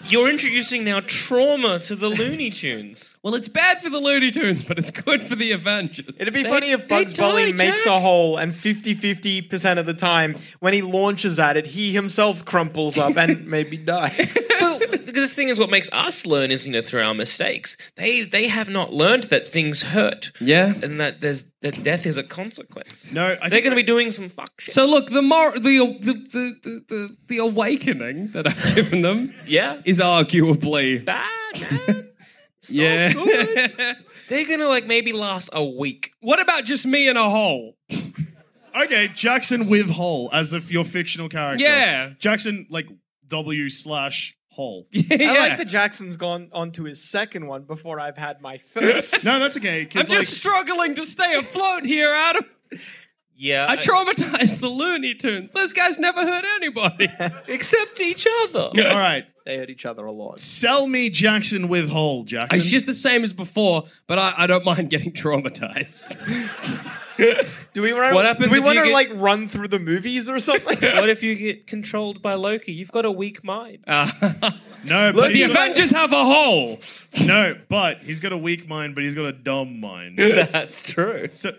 Speaker 4: you're introducing now trauma to the Looney Tunes.
Speaker 3: well, it's bad for the Looney Tunes, but it's good for the Avengers.
Speaker 5: It'd be
Speaker 4: They-
Speaker 5: funny if Bugs
Speaker 4: they die,
Speaker 5: Bunny makes a
Speaker 4: Jack.
Speaker 5: hole and 50 50% of the time when he launches at it, he himself crumples up and maybe dies.
Speaker 4: well, the thing is, what makes us learn is you know through our mistakes. They they have not learned that things hurt.
Speaker 3: Yeah.
Speaker 4: and that there's that death is a consequence.
Speaker 2: No, I
Speaker 4: they're
Speaker 2: think
Speaker 4: going to
Speaker 2: that-
Speaker 4: be doing some fuck shit.
Speaker 3: So look, the mor- the, the, the the the the awakening that I've given them
Speaker 4: yeah,
Speaker 3: is arguably
Speaker 4: bad. Man. It's not good.
Speaker 3: yeah.
Speaker 4: They're gonna like maybe last a week.
Speaker 3: what about just me in a hole?
Speaker 2: Okay, Jackson with Hole as if your fictional character.
Speaker 3: Yeah.
Speaker 2: Jackson like W slash Hole.
Speaker 3: yeah.
Speaker 5: I like that Jackson's gone on to his second one before I've had my first.
Speaker 2: No, that's okay.
Speaker 3: I'm
Speaker 2: Cause like,
Speaker 3: just struggling to stay afloat here, Adam.
Speaker 4: Yeah,
Speaker 3: I traumatized the Looney Tunes. Those guys never hurt anybody.
Speaker 4: except each other.
Speaker 2: all right.
Speaker 5: they hurt each other a lot.
Speaker 2: Sell me Jackson with Hole, Jackson.
Speaker 3: it's just the same as before, but I, I don't mind getting traumatized.
Speaker 5: Do we want
Speaker 4: What happens
Speaker 5: do we
Speaker 4: if
Speaker 5: want
Speaker 4: you
Speaker 5: to
Speaker 4: get-
Speaker 5: like run through the movies or something?
Speaker 4: What if you get controlled by Loki? You've got a weak mind.
Speaker 2: no,
Speaker 5: Look,
Speaker 2: but
Speaker 3: The
Speaker 2: he's got-
Speaker 3: Avengers have a hole.
Speaker 2: no, but he's got a weak mind, but he's got a dumb mind.
Speaker 4: That's true.
Speaker 2: so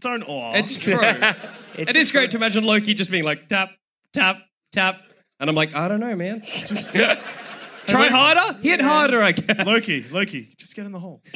Speaker 2: don't awe.
Speaker 3: It's true.
Speaker 5: It's
Speaker 3: It is great to imagine Loki just being like tap, tap, tap, and I'm like, I don't know, man. Just try harder, hit harder, I guess.
Speaker 2: Loki, Loki, just get in the hole.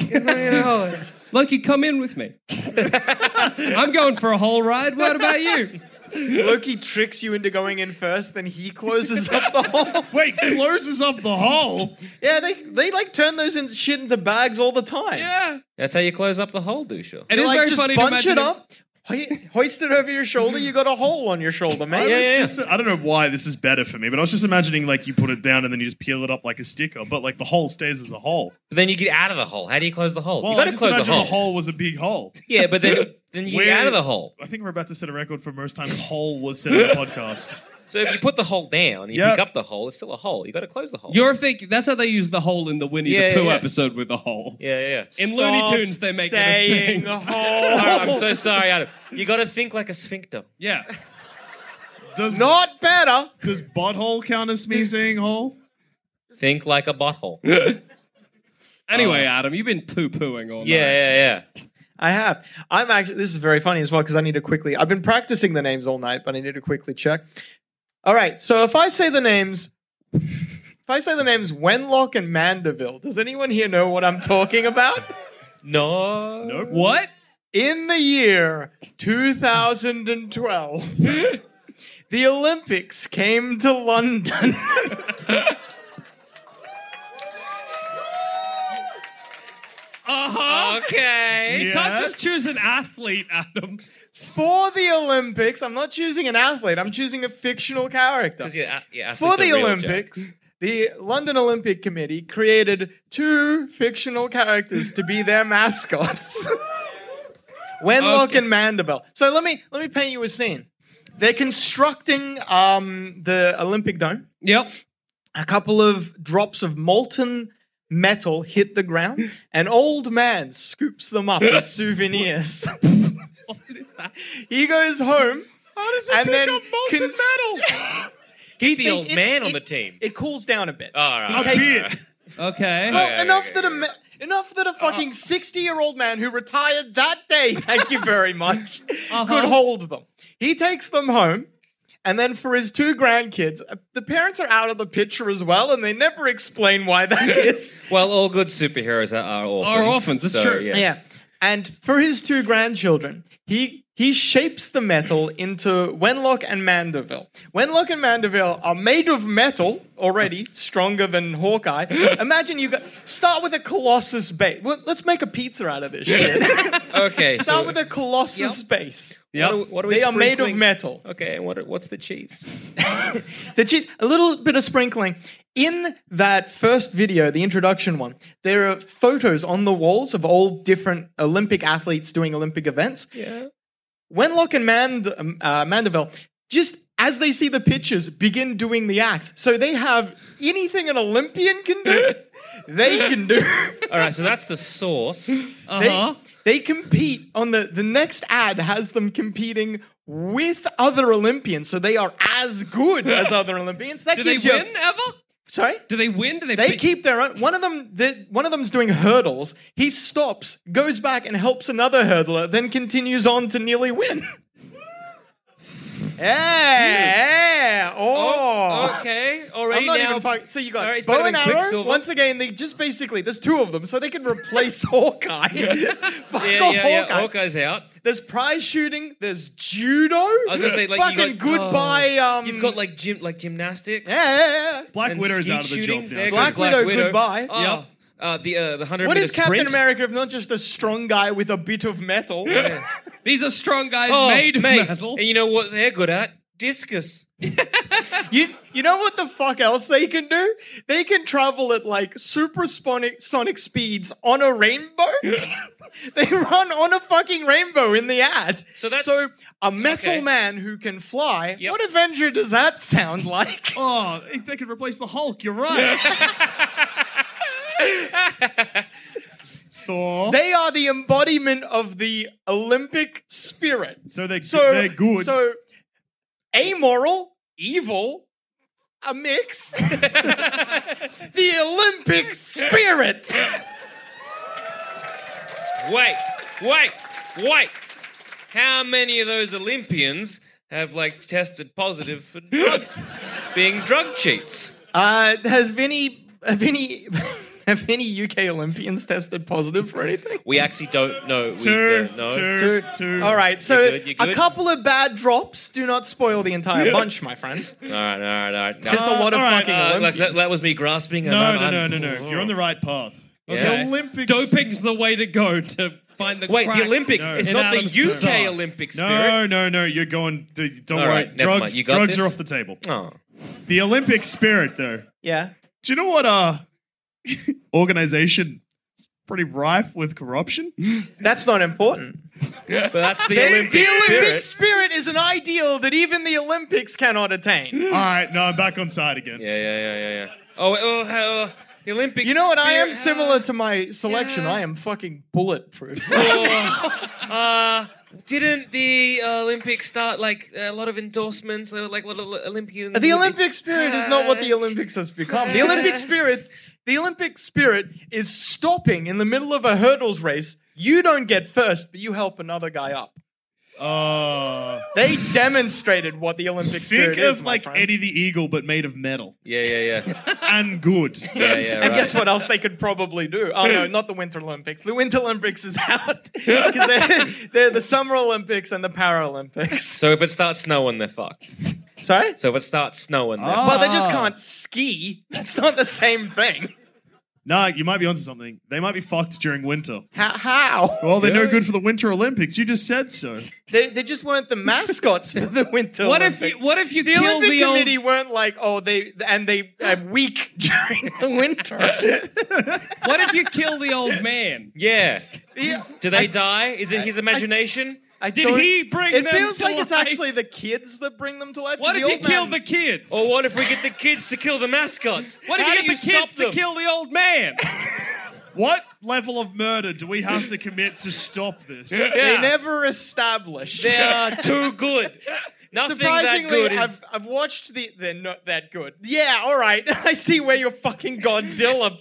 Speaker 3: Loki, come in with me. I'm going for a whole ride. What about you?
Speaker 5: Loki tricks you into going in first, then he closes up the hole.
Speaker 2: Wait, closes up the hole.
Speaker 5: Yeah, they they like turn those in, shit into bags all the time.
Speaker 3: Yeah,
Speaker 4: That's how you close up the whole doucher.
Speaker 3: it
Speaker 5: They,
Speaker 3: is
Speaker 5: like,
Speaker 3: very
Speaker 5: just
Speaker 3: funny
Speaker 5: bunch
Speaker 3: to imagine.
Speaker 5: it up, hoi- hoist it over your shoulder. You got a hole on your shoulder,
Speaker 2: I,
Speaker 5: man.
Speaker 2: was
Speaker 4: yeah, yeah.
Speaker 2: just- I don't know why this is better for me, but I was just imagining like you put it down and then you just peel it up like a sticker, but like the hole stays as a hole.
Speaker 4: But then you get out of the hole. How do you close the hole?
Speaker 2: Well,
Speaker 4: you got
Speaker 2: I
Speaker 4: to
Speaker 2: just
Speaker 4: close the
Speaker 2: imagine
Speaker 4: hole.
Speaker 2: the hole was a big hole.
Speaker 4: Yeah, but then then you
Speaker 2: Where-
Speaker 4: get out of the hole.
Speaker 2: I think we're about to set a record for most times hole was said in the podcast.
Speaker 4: So if you put the hole down, you
Speaker 2: Yep.
Speaker 4: pick up the hole. It's still a hole. You got to close the hole.
Speaker 3: You're thinking that's how they use the hole in the Winnie
Speaker 4: Yeah,
Speaker 3: the Pooh
Speaker 4: yeah.
Speaker 3: episode with the hole.
Speaker 4: yeah, yeah. yeah.
Speaker 3: In Looney Tunes, they make it a
Speaker 5: saying
Speaker 3: thing.
Speaker 5: a
Speaker 4: Sorry, I'm
Speaker 5: hole.
Speaker 4: so sorry, Adam. You got to think like a sphincter.
Speaker 3: Yeah,
Speaker 2: Does
Speaker 5: Not better.
Speaker 2: does butthole count as me saying hole?
Speaker 4: Think like a butthole. Yeah,
Speaker 3: Anyway, Adam, you've been poo pooing all night.
Speaker 4: yeah, yeah.
Speaker 5: I have. I'm actually. This is very funny as well because I need to quickly. I've been practicing the names all night, but I need to quickly check. All right. So if I say the names, if I say the names Wenlock and Mandeville, does anyone here know what I'm talking about?
Speaker 4: No. Nope.
Speaker 3: What?
Speaker 5: In the year 2012, the Olympics came to London.
Speaker 3: Uh huh.
Speaker 4: Okay.
Speaker 3: You can't
Speaker 2: Yes.
Speaker 3: just choose an athlete, Adam.
Speaker 5: For the Olympics, I'm not choosing an athlete. I'm choosing a fictional character.
Speaker 4: 'Cause your a- your
Speaker 5: for
Speaker 4: athletes
Speaker 5: the
Speaker 4: are real,
Speaker 5: Olympics, the London Olympic Committee created two fictional characters to be their mascots. Wenlock and Mandeville. So let me let me paint you a scene. They're constructing um, the Olympic dome.
Speaker 3: Yep.
Speaker 5: A couple of drops of molten metal hit the ground. An old man scoops them up as souvenirs. he goes home.
Speaker 3: How does
Speaker 5: And pick then up molten cons-
Speaker 4: Keep the
Speaker 5: It-
Speaker 4: old
Speaker 5: it-
Speaker 4: man on
Speaker 5: it-
Speaker 4: the team. Oh,
Speaker 5: It cools down a bit.
Speaker 4: All right.
Speaker 5: He takes-
Speaker 3: Okay.
Speaker 5: Well,
Speaker 4: yeah,
Speaker 5: enough
Speaker 4: yeah, Uh-huh.
Speaker 5: that a ma- enough that a fucking sixty-year-old man who retired that day, thank you very much,
Speaker 4: Uh-huh.
Speaker 5: could hold them. He takes them home, and then for his two grandkids, uh, the parents are out of the picture as well, and they never explain why that is.
Speaker 4: Well, all good superheroes are, are orphans.
Speaker 3: Are orphans, that's
Speaker 4: so,
Speaker 3: true.
Speaker 4: Yeah.
Speaker 5: Yeah, and for his two grandchildren, he. He shapes the metal into Wenlock and Mandeville. Wenlock and Mandeville are made of metal already, stronger than Hawkeye. Imagine you got, start with a Colossus base. Well, let's make a pizza out of this shit.
Speaker 4: Okay.
Speaker 5: Start
Speaker 4: So
Speaker 5: with a Colossus
Speaker 4: Yep.
Speaker 5: base.
Speaker 4: what, are, we- what are we
Speaker 5: They are made of
Speaker 4: sprinkling?
Speaker 5: metal.
Speaker 4: Okay. And what are- what's the cheese?
Speaker 5: The cheese, a little bit of sprinkling. In that first video, the introduction one, there are photos on the walls of all different Olympic athletes doing Olympic events.
Speaker 4: Yeah.
Speaker 5: Wenlock and Mand- um, uh, Mandeville, just as they see the pictures, begin doing the acts. So they have anything an Olympian can do, they can do.
Speaker 4: All right. So that's the sauce.
Speaker 5: They,
Speaker 3: Uh-huh.
Speaker 5: they compete on the the next ad has them competing with other Olympians, so they are as good as other Olympians. That
Speaker 3: Do they
Speaker 5: gives you
Speaker 3: win ever?
Speaker 5: sorry.
Speaker 3: Do they win? Do they?
Speaker 5: They
Speaker 3: pick-
Speaker 5: keep their own. One of them, the, one of them's doing hurdles. He stops, goes back, and helps another hurdler. Then continues on to nearly win. yeah. Oh.
Speaker 4: Okay. Already
Speaker 5: I'm not
Speaker 4: now.
Speaker 5: even fucking. So you got
Speaker 4: All right, it's
Speaker 5: bow
Speaker 4: better
Speaker 5: and
Speaker 4: than
Speaker 5: arrow.
Speaker 4: Quicksilver.
Speaker 5: Once again, they just basically there's two of them, so they can replace Hawkeye. Fuck
Speaker 4: yeah,
Speaker 5: off,
Speaker 4: yeah, yeah.
Speaker 5: Hawkeye.
Speaker 4: Hawkeye's out.
Speaker 5: There's prize shooting. There's judo. I
Speaker 4: was gonna say, like, you
Speaker 5: fucking
Speaker 4: got- oh,
Speaker 5: goodbye. um,
Speaker 4: You've got like gym, like gymnastics.
Speaker 5: yeah, yeah, yeah.
Speaker 2: Black
Speaker 4: and
Speaker 2: Widow is
Speaker 4: skeet
Speaker 2: out of the
Speaker 4: shooting.
Speaker 2: job now.
Speaker 4: There
Speaker 2: too.
Speaker 5: Black-
Speaker 4: goes Black
Speaker 5: Widow,
Speaker 4: Widow.
Speaker 5: goodbye.
Speaker 4: Oh,
Speaker 3: Yep.
Speaker 4: Uh, the uh, the hundred
Speaker 5: What
Speaker 4: meter
Speaker 5: is Captain
Speaker 4: sprint.
Speaker 5: America if not just a strong guy with a bit of metal?
Speaker 3: These are strong guys
Speaker 4: Oh,
Speaker 3: made of
Speaker 4: mate.
Speaker 3: metal.
Speaker 4: And you know what they're good at? Discus.
Speaker 5: you you know what the fuck else they can do? They can travel at like supersonic sonic speeds on a rainbow. they run on a fucking rainbow in the ad.
Speaker 4: So that's-
Speaker 5: so a metal
Speaker 4: okay.
Speaker 5: man who can fly.
Speaker 4: Yep.
Speaker 5: What Avenger does that sound like?
Speaker 2: Oh, they- they could replace the Hulk. You're right. Thor.
Speaker 5: They are the embodiment of the Olympic spirit.
Speaker 2: so they
Speaker 5: So
Speaker 2: they're good.
Speaker 5: So amoral, evil, a mix. the Olympic spirit.
Speaker 4: Wait, wait, wait. How many of those Olympians have like tested positive for drug, being drug cheats?
Speaker 5: Uh, has any have any have any UK Olympians tested positive for anything?
Speaker 4: We actually don't know. We,
Speaker 2: two,
Speaker 4: uh, no.
Speaker 2: two, two.
Speaker 5: All right, so
Speaker 4: You're good, you're
Speaker 5: a
Speaker 4: good.
Speaker 5: couple of bad drops do not spoil the entire bunch, my friend.
Speaker 4: All right, all right, all right. No.
Speaker 5: There's a lot of
Speaker 2: all right,
Speaker 5: fucking
Speaker 4: Uh, look,
Speaker 5: Olympians.
Speaker 4: that, that was me grasping. and
Speaker 2: No,
Speaker 4: I'm-
Speaker 2: no, no,
Speaker 4: I'm-
Speaker 2: no, no. You're on the right path.
Speaker 4: Oh. Yeah.
Speaker 2: The Olympics.
Speaker 3: Doping's the way to go to find the.
Speaker 4: Wait,
Speaker 3: cracks
Speaker 4: the Olympic.
Speaker 2: No.
Speaker 4: It's
Speaker 3: in
Speaker 4: not the
Speaker 3: Adam's
Speaker 4: UK
Speaker 3: facade.
Speaker 4: Olympic
Speaker 2: No,
Speaker 4: spirit.
Speaker 2: no, no. You're going. Dude, don't
Speaker 4: All
Speaker 2: worry.
Speaker 4: right, never
Speaker 2: drugs,
Speaker 4: mind. You got
Speaker 2: drugs
Speaker 4: this?
Speaker 2: are off the table.
Speaker 4: Oh.
Speaker 2: The Olympic spirit, though.
Speaker 5: Yeah.
Speaker 2: Do you know what? Uh, organization pretty rife with corruption.
Speaker 5: That's not important.
Speaker 4: But that's the
Speaker 5: The
Speaker 4: Olympic
Speaker 5: Olympic
Speaker 4: spirit.
Speaker 5: spirit is an ideal that even the Olympics cannot attain.
Speaker 2: All right, no, I'm back on side again.
Speaker 4: Yeah, yeah, yeah, yeah, yeah. Oh, oh, oh, the Olympic.
Speaker 5: You know what? I am
Speaker 4: spirit-
Speaker 5: similar to my selection. I am fucking bulletproof.
Speaker 4: uh, didn't the uh, Olympics start like a lot of endorsements? There were like a lot of Olympians.
Speaker 5: The Olympic spirit is not what the Olympics has become. The Olympic spirits, the Olympic spirit is stopping in the middle of a hurdles race. You don't get first, but you help another guy up.
Speaker 2: Uh,
Speaker 5: They demonstrated what the Olympic spirit
Speaker 2: think
Speaker 5: is,
Speaker 2: of
Speaker 5: my
Speaker 2: like
Speaker 5: friend.
Speaker 2: Eddie the Eagle, but made of metal
Speaker 4: Yeah, yeah, yeah,
Speaker 2: and good.
Speaker 4: yeah, yeah.
Speaker 5: And
Speaker 4: right.
Speaker 5: guess what else they could probably do? Oh no, not the Winter Olympics. The Winter Olympics is out because they're, they're the Summer Olympics and the Paralympics.
Speaker 4: So if it starts snowing, they're fucked.
Speaker 5: Sorry,
Speaker 4: So if it starts snowing, they're
Speaker 5: well they just
Speaker 3: Ah.
Speaker 5: can't ski. That's not the same thing.
Speaker 2: Nah, you might be onto something. They might be fucked during winter.
Speaker 5: How? how?
Speaker 2: Well, they're no good for the Winter Olympics. You just said so.
Speaker 5: They, they just weren't the mascots for the Winter
Speaker 3: What if
Speaker 5: Olympics.
Speaker 3: you, what if you
Speaker 5: the
Speaker 3: kill
Speaker 5: Olympic
Speaker 3: the old
Speaker 5: committee weren't like, oh, they and they are weak during the winter.
Speaker 3: What if you kill the old man?
Speaker 4: yeah.
Speaker 5: yeah,
Speaker 4: Do they die? Is it his imagination?
Speaker 5: I
Speaker 3: Did
Speaker 5: don't-
Speaker 3: he bring
Speaker 5: It
Speaker 3: them
Speaker 5: feels
Speaker 3: to
Speaker 5: like it's
Speaker 3: life?
Speaker 5: actually the kids that bring them to life. 'cause
Speaker 3: What
Speaker 5: the
Speaker 3: if you
Speaker 5: old
Speaker 3: kill
Speaker 5: man- Oh,
Speaker 3: the kids?
Speaker 4: or what if we get the kids to kill the mascots?
Speaker 3: what if
Speaker 4: How
Speaker 3: you
Speaker 4: do
Speaker 3: get the kids
Speaker 4: stop
Speaker 3: to
Speaker 4: them?
Speaker 3: kill the old man?
Speaker 2: What level of murder do we have to commit to stop this?
Speaker 5: They
Speaker 4: Yeah.
Speaker 5: never established.
Speaker 4: They are too good. Nothing that
Speaker 5: Surprisingly,
Speaker 4: good
Speaker 5: I've,
Speaker 4: is.
Speaker 5: I've watched the. They're not that good. Yeah, all right. I see where you're fucking Godzilla.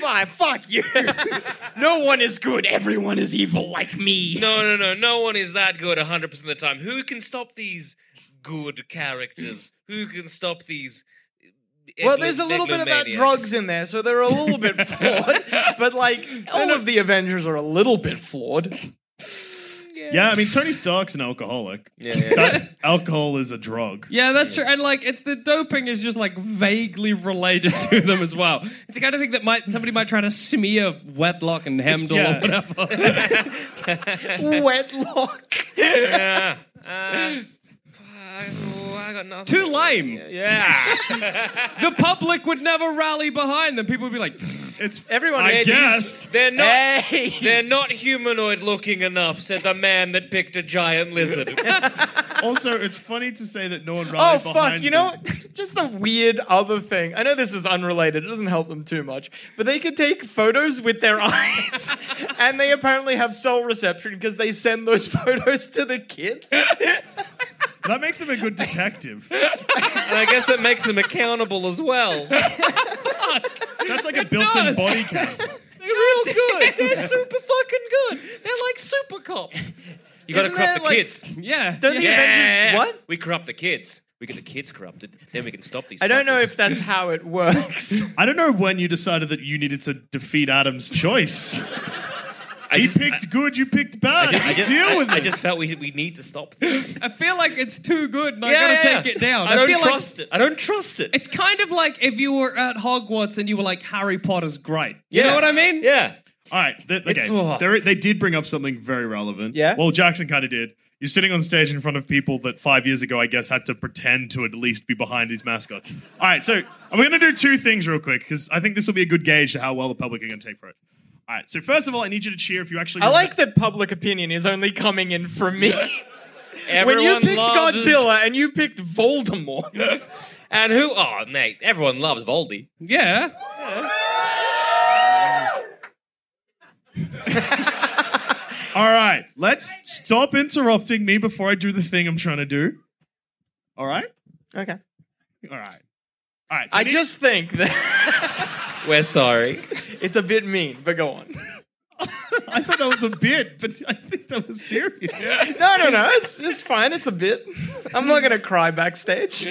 Speaker 5: Fine, fuck you. no one is good. Everyone is evil like me.
Speaker 4: No, no, no. No one is that good 100% of the time. Who can stop these good characters? Who can stop these.
Speaker 5: Well, there's a little bit of that drugs in there, so they're a little bit flawed. but like, all of the Avengers are a little bit flawed.
Speaker 2: Yeah, I mean Tony Stark's an alcoholic.
Speaker 4: Yeah, yeah, yeah.
Speaker 2: That alcohol is a drug.
Speaker 3: Yeah, that's true. And like it, the doping is just like vaguely related to them as well. It's the kind of thing that might somebody might try to smear Wetlock and Hemdall
Speaker 2: yeah.
Speaker 3: or whatever.
Speaker 5: Wetlock.
Speaker 4: Yeah. Uh, oh, I got nothing.
Speaker 3: Too lame.
Speaker 4: Yeah.
Speaker 3: The public would never rally behind them. People would be like,
Speaker 2: It's
Speaker 5: Everyone
Speaker 2: I
Speaker 5: is-
Speaker 2: guess.
Speaker 4: They're not.
Speaker 5: Hey.
Speaker 4: They're not humanoid looking enough, said the man that picked a giant lizard.
Speaker 2: Also, it's funny to say that no one
Speaker 5: Oh
Speaker 2: rallied
Speaker 5: fuck!
Speaker 2: behind
Speaker 5: You know,
Speaker 2: them.
Speaker 5: what? just a weird other thing. I know this is unrelated; it doesn't help them too much. But they could take photos with their eyes, and they apparently have cell reception because they send those photos to the kids.
Speaker 2: that makes him a good detective.
Speaker 4: and I guess that makes them accountable as well.
Speaker 2: That's like a built-in
Speaker 3: does.
Speaker 2: body cam.
Speaker 4: They're real good. They're super fucking good. They're like super cops. You gotta
Speaker 5: Isn't
Speaker 4: corrupt the
Speaker 5: there, like-
Speaker 4: kids.
Speaker 3: yeah.
Speaker 5: Don't the Avengers? What?
Speaker 4: We corrupt the kids. We get the kids corrupted. Then we can stop these.
Speaker 5: I don't know
Speaker 4: fuckers.
Speaker 5: if that's how it works.
Speaker 2: I don't know when you decided that you needed to defeat Adam's choice.
Speaker 4: I
Speaker 2: He
Speaker 4: just-
Speaker 2: picked good, you picked bad.
Speaker 4: I
Speaker 2: just,
Speaker 4: I
Speaker 2: deal
Speaker 4: I-
Speaker 2: with
Speaker 4: I
Speaker 2: it.
Speaker 4: just felt we, we need to stop them.
Speaker 3: I feel like it's too good and I
Speaker 4: Yeah,
Speaker 3: gotta
Speaker 4: yeah.
Speaker 3: take it down.
Speaker 4: I don't
Speaker 3: feel like
Speaker 4: trust it. I don't trust it.
Speaker 3: it's kind of like if you were at Hogwarts and you were like, Harry Potter's great. You
Speaker 4: Yeah.
Speaker 3: know what I mean?
Speaker 4: Yeah.
Speaker 2: All right. th- okay.
Speaker 3: It's- oh.
Speaker 2: There- they did bring up something very relevant.
Speaker 5: Yeah?
Speaker 2: Well, Jackson kind of did. You're sitting on stage in front of people that five years ago, I guess, had to pretend to at least be behind these mascots. All right. So I'm going to do two things real quick because I think this will be a good gauge to how well the public are going to take for it. All right. So first of all, I need you to cheer if you actually.
Speaker 5: I like that public opinion is only coming in from me. when
Speaker 4: Everyone
Speaker 5: you picked
Speaker 4: loves
Speaker 5: Godzilla and you picked Voldemort,
Speaker 4: and who? Oh, mate. Everyone loves Voldy.
Speaker 3: Yeah.
Speaker 2: All right. Let's stop interrupting me before I do the thing I'm trying to do. All right.
Speaker 5: okay.
Speaker 2: All right. All right. So
Speaker 5: I
Speaker 2: need-
Speaker 5: just think that
Speaker 4: We're sorry.
Speaker 5: it's a bit mean, but go on.
Speaker 2: I thought that was a bit, but I think that was serious.
Speaker 5: No, no, no. It's it's fine. It's a bit. I'm not gonna cry backstage.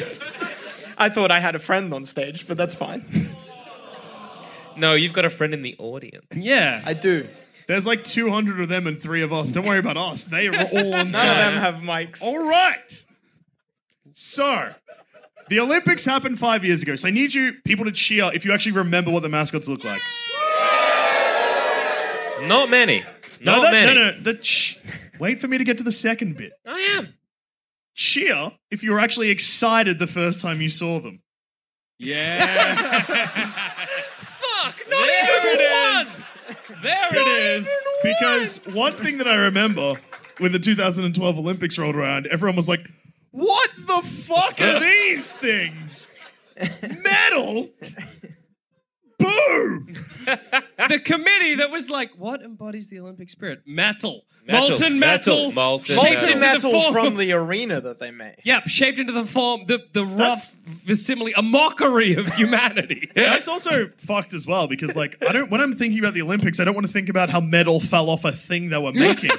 Speaker 5: I thought I had a friend on stage, but that's fine.
Speaker 4: No, you've got a friend in the audience.
Speaker 3: Yeah.
Speaker 5: I do.
Speaker 2: There's like 200 of them and three of us. Don't worry about us. They are all on
Speaker 5: None of
Speaker 2: side.
Speaker 5: them have mics.
Speaker 2: All right. So, the Olympics happened five years ago. So I need you people to cheer if you actually remember what the mascots look like.
Speaker 4: Not many. Not
Speaker 2: no, that-
Speaker 4: many.
Speaker 2: no, no. The ch- wait for me to get to the second bit.
Speaker 4: I am.
Speaker 2: Cheer if you were actually excited the first time you saw them.
Speaker 3: Yeah.
Speaker 4: Fuck! Not even one.
Speaker 3: There it is.
Speaker 2: Because one thing that I remember when the 2012 Olympics rolled around, everyone was like, "What the fuck are these things? Metal? Boo!"
Speaker 3: The committee that was like, what embodies the Olympic spirit? Metal.
Speaker 4: Metal,
Speaker 3: Molten
Speaker 4: metal,
Speaker 3: metal.
Speaker 4: molten
Speaker 3: shaped
Speaker 4: metal.
Speaker 3: into
Speaker 4: Molten
Speaker 5: Molten
Speaker 3: the
Speaker 5: metal
Speaker 3: form
Speaker 5: from
Speaker 3: of-
Speaker 5: the arena that they made.
Speaker 3: Yep, shaped into the form, the, the rough facsimile, a mockery of humanity.
Speaker 2: That's also fucked as well because, like, I don't. When I'm thinking about the Olympics, I don't want to think about how metal fell off a thing they were making.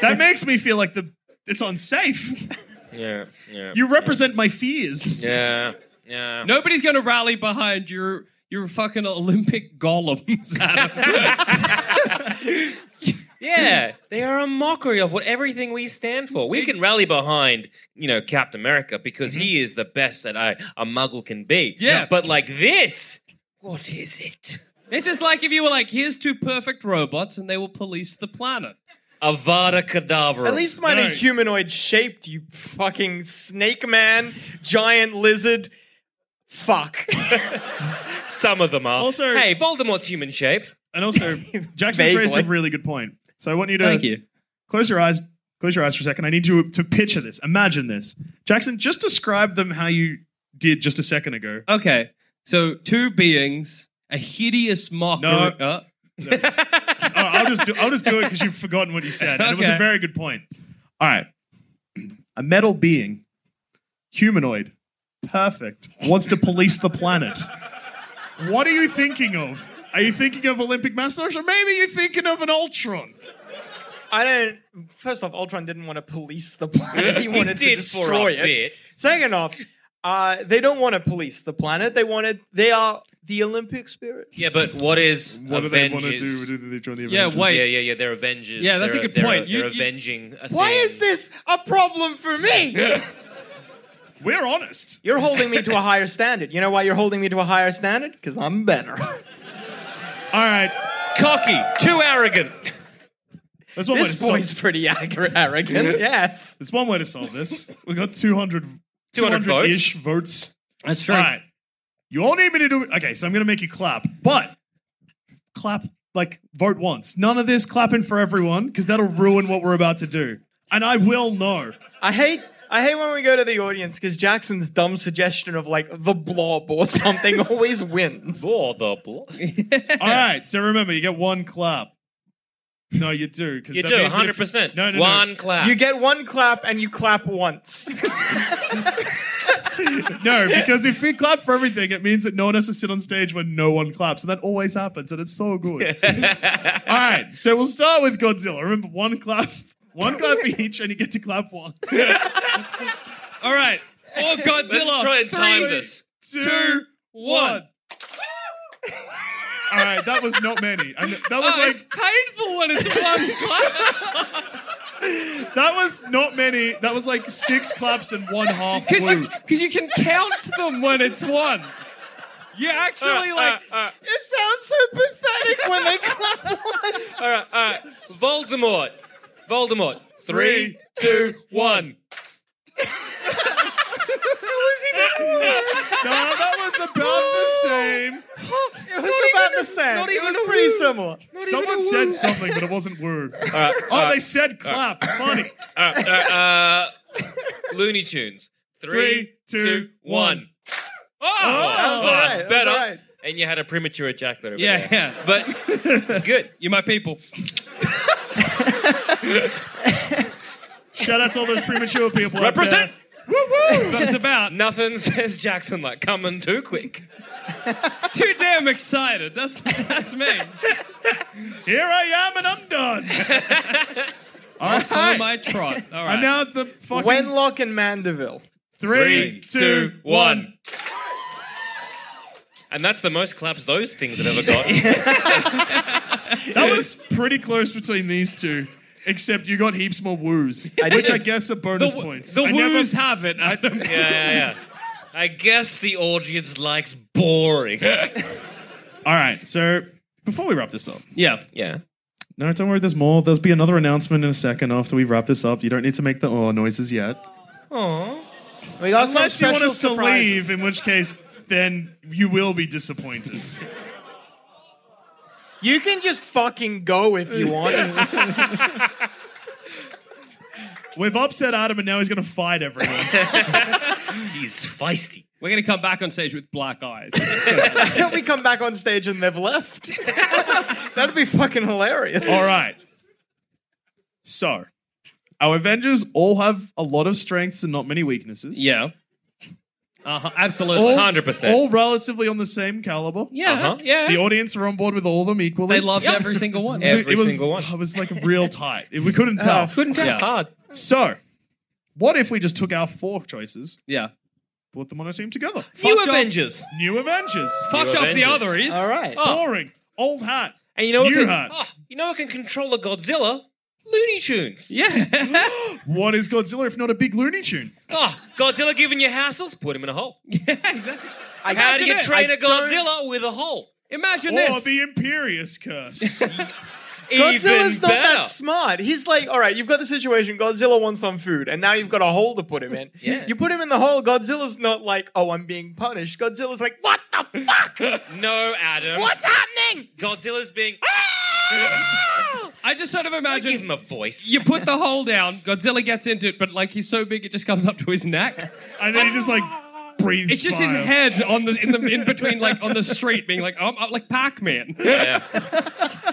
Speaker 2: that makes me feel like the it's unsafe.
Speaker 4: Yeah, yeah.
Speaker 2: You represent my fears.
Speaker 4: yeah, yeah.
Speaker 3: Nobody's going to rally behind your your fucking Olympic golems. Adam.
Speaker 4: Yeah, they are a mockery of what everything we stand for. We can rally behind, you know, Captain America because he is the best that I, a muggle can be.
Speaker 3: Yeah.
Speaker 4: But like this, what is it?
Speaker 3: this is like if you were like, here's two perfect robots and they will police the planet.
Speaker 4: Avada Kedavra.
Speaker 5: At least mine
Speaker 2: No.
Speaker 5: are humanoid shaped, you fucking snake man, giant lizard. Fuck.
Speaker 4: some of them are.
Speaker 2: Also-
Speaker 4: hey, Voldemort's human shape.
Speaker 2: And also, Jackson's
Speaker 5: Vaguely.
Speaker 2: raised a really good point. So I want you to
Speaker 3: Thank you.
Speaker 2: close your eyes. Close your eyes for a second. I need you to picture this. Imagine this, Jackson. Just describe them how you did just a second ago.
Speaker 3: Okay, so two beings, a hideous mockery.
Speaker 2: No.
Speaker 3: uh,
Speaker 2: Oh, I'll just do. I'll just do it because you've forgotten what you said. And It was a
Speaker 3: Okay.
Speaker 2: very good point. All right, a metal being, humanoid, perfect, wants to police the planet. What are you thinking of? Are you thinking of Olympic Masters, or maybe you're thinking of an Ultron?
Speaker 5: I don't. First off, Ultron didn't want to police the planet. He wanted to
Speaker 4: did
Speaker 5: destroy
Speaker 4: for a
Speaker 5: it.
Speaker 4: bit.
Speaker 5: Second off, uh, they don't want to police the planet. They wanted. They are the Olympic spirit.
Speaker 4: Yeah, but what is
Speaker 2: What
Speaker 4: Avengers?
Speaker 2: do they want to do? Do they join the
Speaker 3: Yeah,
Speaker 2: Avengers?
Speaker 3: wait.
Speaker 4: Yeah, yeah, yeah. They're Avengers.
Speaker 3: Yeah, that's a
Speaker 4: They're-
Speaker 3: good
Speaker 4: they're-
Speaker 3: point. You-
Speaker 4: They're
Speaker 3: you-
Speaker 4: avenging. A
Speaker 5: Why
Speaker 4: thing.
Speaker 5: is this a problem for me?
Speaker 2: We're honest.
Speaker 5: You're holding me to a higher standard. You know why you're holding me to a higher standard? Because I'm better.
Speaker 2: All right,
Speaker 4: cocky? Too arrogant.
Speaker 2: that's one
Speaker 5: this
Speaker 2: way to
Speaker 5: boy's
Speaker 2: solve.
Speaker 5: pretty ag- arrogant. Yes.
Speaker 2: That's one way to solve this. We got 200,
Speaker 4: 200 votes.
Speaker 2: ish votes.
Speaker 3: That's true.
Speaker 2: All right. You all need me to do Okay, so I'm going to make you clap, but clap, like, vote once. None of this clapping for everyone, because that'll ruin what we're about to do. And I will know.
Speaker 5: I hate. I hate when we go to the audience because Jackson's dumb suggestion of like the blob or something always wins.
Speaker 4: Blah, blah, blah.
Speaker 2: All right, so remember, you get one clap. No, you do. 'cause
Speaker 4: You
Speaker 2: that
Speaker 4: do
Speaker 2: means that if-
Speaker 4: 100%.
Speaker 2: No, no, no.
Speaker 4: One clap.
Speaker 5: You get one clap and you clap once.
Speaker 2: No, because if we clap for everything, it means that no one has to sit on stage when no one claps. And that always happens, and it's so good. All right, so we'll start with Godzilla. Remember, one clap, one clap each, and you get to clap once.
Speaker 3: All right. Or Godzilla.
Speaker 4: Let's try and time
Speaker 3: Three,
Speaker 4: this.
Speaker 3: Two, one.
Speaker 2: All right, that was not many. And that was
Speaker 3: Oh, it's
Speaker 2: like
Speaker 3: painful when it's one clap.
Speaker 2: that was not many. That was like six claps and one half.
Speaker 3: Because
Speaker 2: woo.
Speaker 3: you, 'cause you can count them when it's one. You actually
Speaker 4: Uh,
Speaker 3: like.
Speaker 5: It sounds so pathetic when they clap once.
Speaker 4: All right, all right. Voldemort. Voldemort. Three, two, one.
Speaker 2: No, that was about the
Speaker 5: It was about the same.
Speaker 4: not
Speaker 5: it
Speaker 4: even
Speaker 5: was
Speaker 4: a
Speaker 5: pretty
Speaker 4: woo.
Speaker 5: similar.
Speaker 2: same. Someone said something, but it wasn't word.
Speaker 4: Uh,
Speaker 2: Oh, they said clap. Funny.
Speaker 4: uh, uh, uh, Looney Tunes. Three, two, one. Oh,
Speaker 5: was all right,
Speaker 4: that's
Speaker 5: that was
Speaker 4: better.
Speaker 5: all right.
Speaker 4: And you had a premature ejaculate over
Speaker 3: Yeah,
Speaker 4: there.
Speaker 3: yeah.
Speaker 4: But it's good.
Speaker 3: You're my people.
Speaker 2: Shout out to all those premature people. out
Speaker 4: Represent.
Speaker 3: That's what it's about.
Speaker 4: uh, Nothing says Jackson like coming too quick.
Speaker 3: Too damn excited. That's that's me.
Speaker 2: there. Here I am, and I'm done. all
Speaker 3: Oh
Speaker 2: right.
Speaker 3: my trot. All right.
Speaker 2: I'm now at the fucking
Speaker 5: Wenlock and Mandeville.
Speaker 2: three, two, one.
Speaker 4: And that's the most claps those things have ever got.
Speaker 2: That was pretty close between these two, except you got heaps more woos,
Speaker 5: did.
Speaker 2: which I guess are
Speaker 3: the
Speaker 2: bonus
Speaker 3: w-
Speaker 2: points.
Speaker 3: the
Speaker 2: I never-
Speaker 3: woos have it. Adam.
Speaker 4: yeah, yeah, yeah. I guess the audience likes boring.
Speaker 2: All right, so before we wrap this up,
Speaker 3: yeah.
Speaker 4: yeah.
Speaker 2: no, don't worry, there's more. There'll be another announcement in a second after we wrap this up. You don't need to make the oh noises yet.
Speaker 5: We got some
Speaker 2: Unless you
Speaker 5: special
Speaker 2: want us
Speaker 5: surprises.
Speaker 2: to leave, in which case, then you will be disappointed.
Speaker 5: You can just fucking go if you want.
Speaker 2: We've upset Adam and now he's going to fight everyone.
Speaker 4: He's feisty.
Speaker 3: We're going to come back on stage with black eyes.
Speaker 5: Can we come back on stage and they've left? That'd be fucking hilarious.
Speaker 2: all right. So, our Avengers all have a lot of strengths and not many weaknesses.
Speaker 3: yeah. Uh-huh, absolutely.
Speaker 2: All,
Speaker 4: 100%.
Speaker 2: All relatively on the same caliber.
Speaker 3: yeah.
Speaker 4: Uh-huh. Yeah.
Speaker 2: The audience are on board with all of them equally.
Speaker 3: They loved every single one.
Speaker 4: Yeah.
Speaker 2: So
Speaker 4: Every
Speaker 2: it was,
Speaker 4: single one.
Speaker 2: It was like real tight. It- we
Speaker 5: Oh,
Speaker 2: couldn't tell.
Speaker 4: Couldn't tell.
Speaker 3: Yeah.
Speaker 4: Hard.
Speaker 2: So, what if we just took our four choices,
Speaker 3: Yeah.
Speaker 2: put them on a team together?
Speaker 4: New
Speaker 3: off.
Speaker 4: Avengers.
Speaker 2: New Avengers.
Speaker 3: Fucked off the
Speaker 4: Avengers.
Speaker 3: other is.
Speaker 5: All right.
Speaker 2: Boring. Old hat.
Speaker 4: And you know what?
Speaker 2: New
Speaker 4: can-
Speaker 2: hat.
Speaker 4: oh, you know what can control a Godzilla? Looney Tunes.
Speaker 3: Yeah.
Speaker 2: What is Godzilla if not a big Looney Tune?
Speaker 4: Oh, Godzilla giving you hassles? Put him in a hole.
Speaker 3: yeah, exactly.
Speaker 5: I
Speaker 4: How do you
Speaker 5: I
Speaker 4: train a
Speaker 5: don't-
Speaker 4: Godzilla with a hole?
Speaker 3: Imagine
Speaker 2: Or
Speaker 3: this.
Speaker 2: the Imperious Curse.
Speaker 5: Godzilla's
Speaker 4: Even
Speaker 5: not
Speaker 4: better.
Speaker 5: that smart. He's like, all right, you've got the situation. Godzilla wants some food, and now you've got a hole to put him in.
Speaker 4: Yeah.
Speaker 5: You put him in the hole. Godzilla's not like, oh, I'm being punished. Godzilla's like, what the fuck?
Speaker 4: No, Adam.
Speaker 5: What's happening?
Speaker 4: Godzilla's being.
Speaker 3: I just sort of
Speaker 4: Give him
Speaker 3: imagine
Speaker 4: a voice.
Speaker 3: you put the hole down, Godzilla gets into it, but like he's so big it just comes up to his neck.
Speaker 2: and then he just like breathes.
Speaker 3: It's just his
Speaker 2: fire.
Speaker 3: head on the in the in between like on the street being like um, uh, like Pac-Man.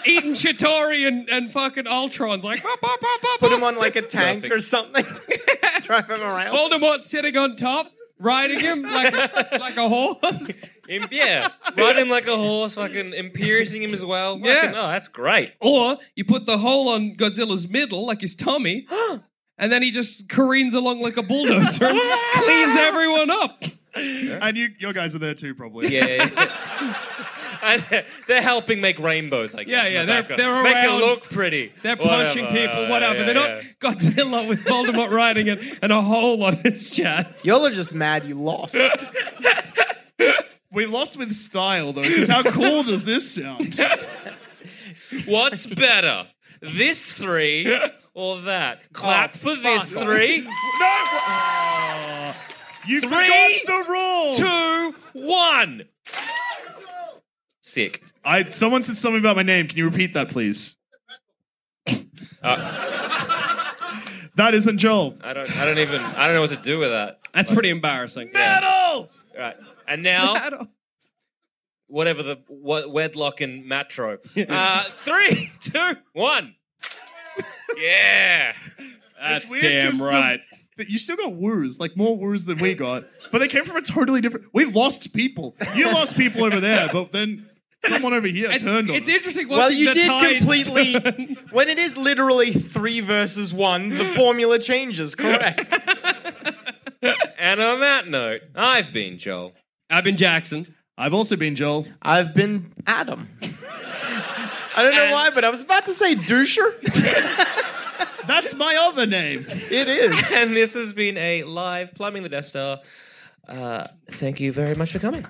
Speaker 3: Eating Chitori and, and fucking Ultron's like pop, pop, pop, pop,
Speaker 5: Put him
Speaker 3: pop.
Speaker 5: on like a tank
Speaker 4: Perfect.
Speaker 5: or something. Drive him around.
Speaker 3: Voldemort sitting on top, riding him like like a horse.
Speaker 4: Im- yeah, ride him like a horse, fucking impiercing him as well. Fucking,
Speaker 3: Yeah.
Speaker 4: oh, that's great.
Speaker 3: Or you put the hole on Godzilla's middle, like his tummy, and then he just careens along like a bulldozer and cleans everyone up.
Speaker 2: And you, your guys are there too, probably.
Speaker 4: Yeah, yeah, yeah. And they're- they're helping make rainbows. I guess.
Speaker 3: Yeah,
Speaker 4: in
Speaker 3: yeah,
Speaker 4: the
Speaker 3: they're-
Speaker 4: background.
Speaker 3: they're
Speaker 4: make
Speaker 3: around.
Speaker 4: it look pretty.
Speaker 3: They're punching people, whatever.
Speaker 4: yeah,
Speaker 3: They're not
Speaker 4: yeah.
Speaker 3: Godzilla with Voldemort riding it and a hole on his chest.
Speaker 5: Y'all are just mad you lost.
Speaker 2: We lost with style though, because how cool does this sound?
Speaker 4: What's better, this three or
Speaker 3: Oh,
Speaker 4: that? Clap for this three,
Speaker 2: You
Speaker 4: Three,
Speaker 2: forgot the rules.
Speaker 4: two, one. Sick.
Speaker 2: I someone said something about my name. Can you repeat that, please?
Speaker 4: Uh.
Speaker 2: that isn't Joel.
Speaker 4: I don't. I don't even. I don't know what to do with that.
Speaker 3: That's pretty embarrassing.
Speaker 2: Metal.
Speaker 4: All right. And now,
Speaker 3: Metal.
Speaker 4: whatever the what, wedlock and matro. Uh, three, two, one. Yeah.
Speaker 3: That's
Speaker 2: weird 'cause
Speaker 3: damn
Speaker 2: the-
Speaker 3: right.
Speaker 2: But you still got woos, like more woos than we got. But they came from a totally different. We lost people. You lost people over there, but then someone over here
Speaker 3: It's,
Speaker 2: turned on.
Speaker 3: it's
Speaker 2: us.
Speaker 3: interesting.
Speaker 5: well,
Speaker 3: watching
Speaker 5: you
Speaker 3: the
Speaker 5: did
Speaker 3: tides
Speaker 5: completely.
Speaker 3: turn.
Speaker 5: when it is literally three versus one, the formula changes, correct?
Speaker 4: And on that note, I've been Joel.
Speaker 3: I've been Jackson.
Speaker 2: I've also been Joel.
Speaker 4: Uh.
Speaker 5: I've been Adam. I don't know
Speaker 4: And-
Speaker 5: why, but I was about to say doucher.
Speaker 2: That's my other name.
Speaker 5: It is.
Speaker 4: And this has been a live Plumbing the Death Star. Uh, thank you very much for coming.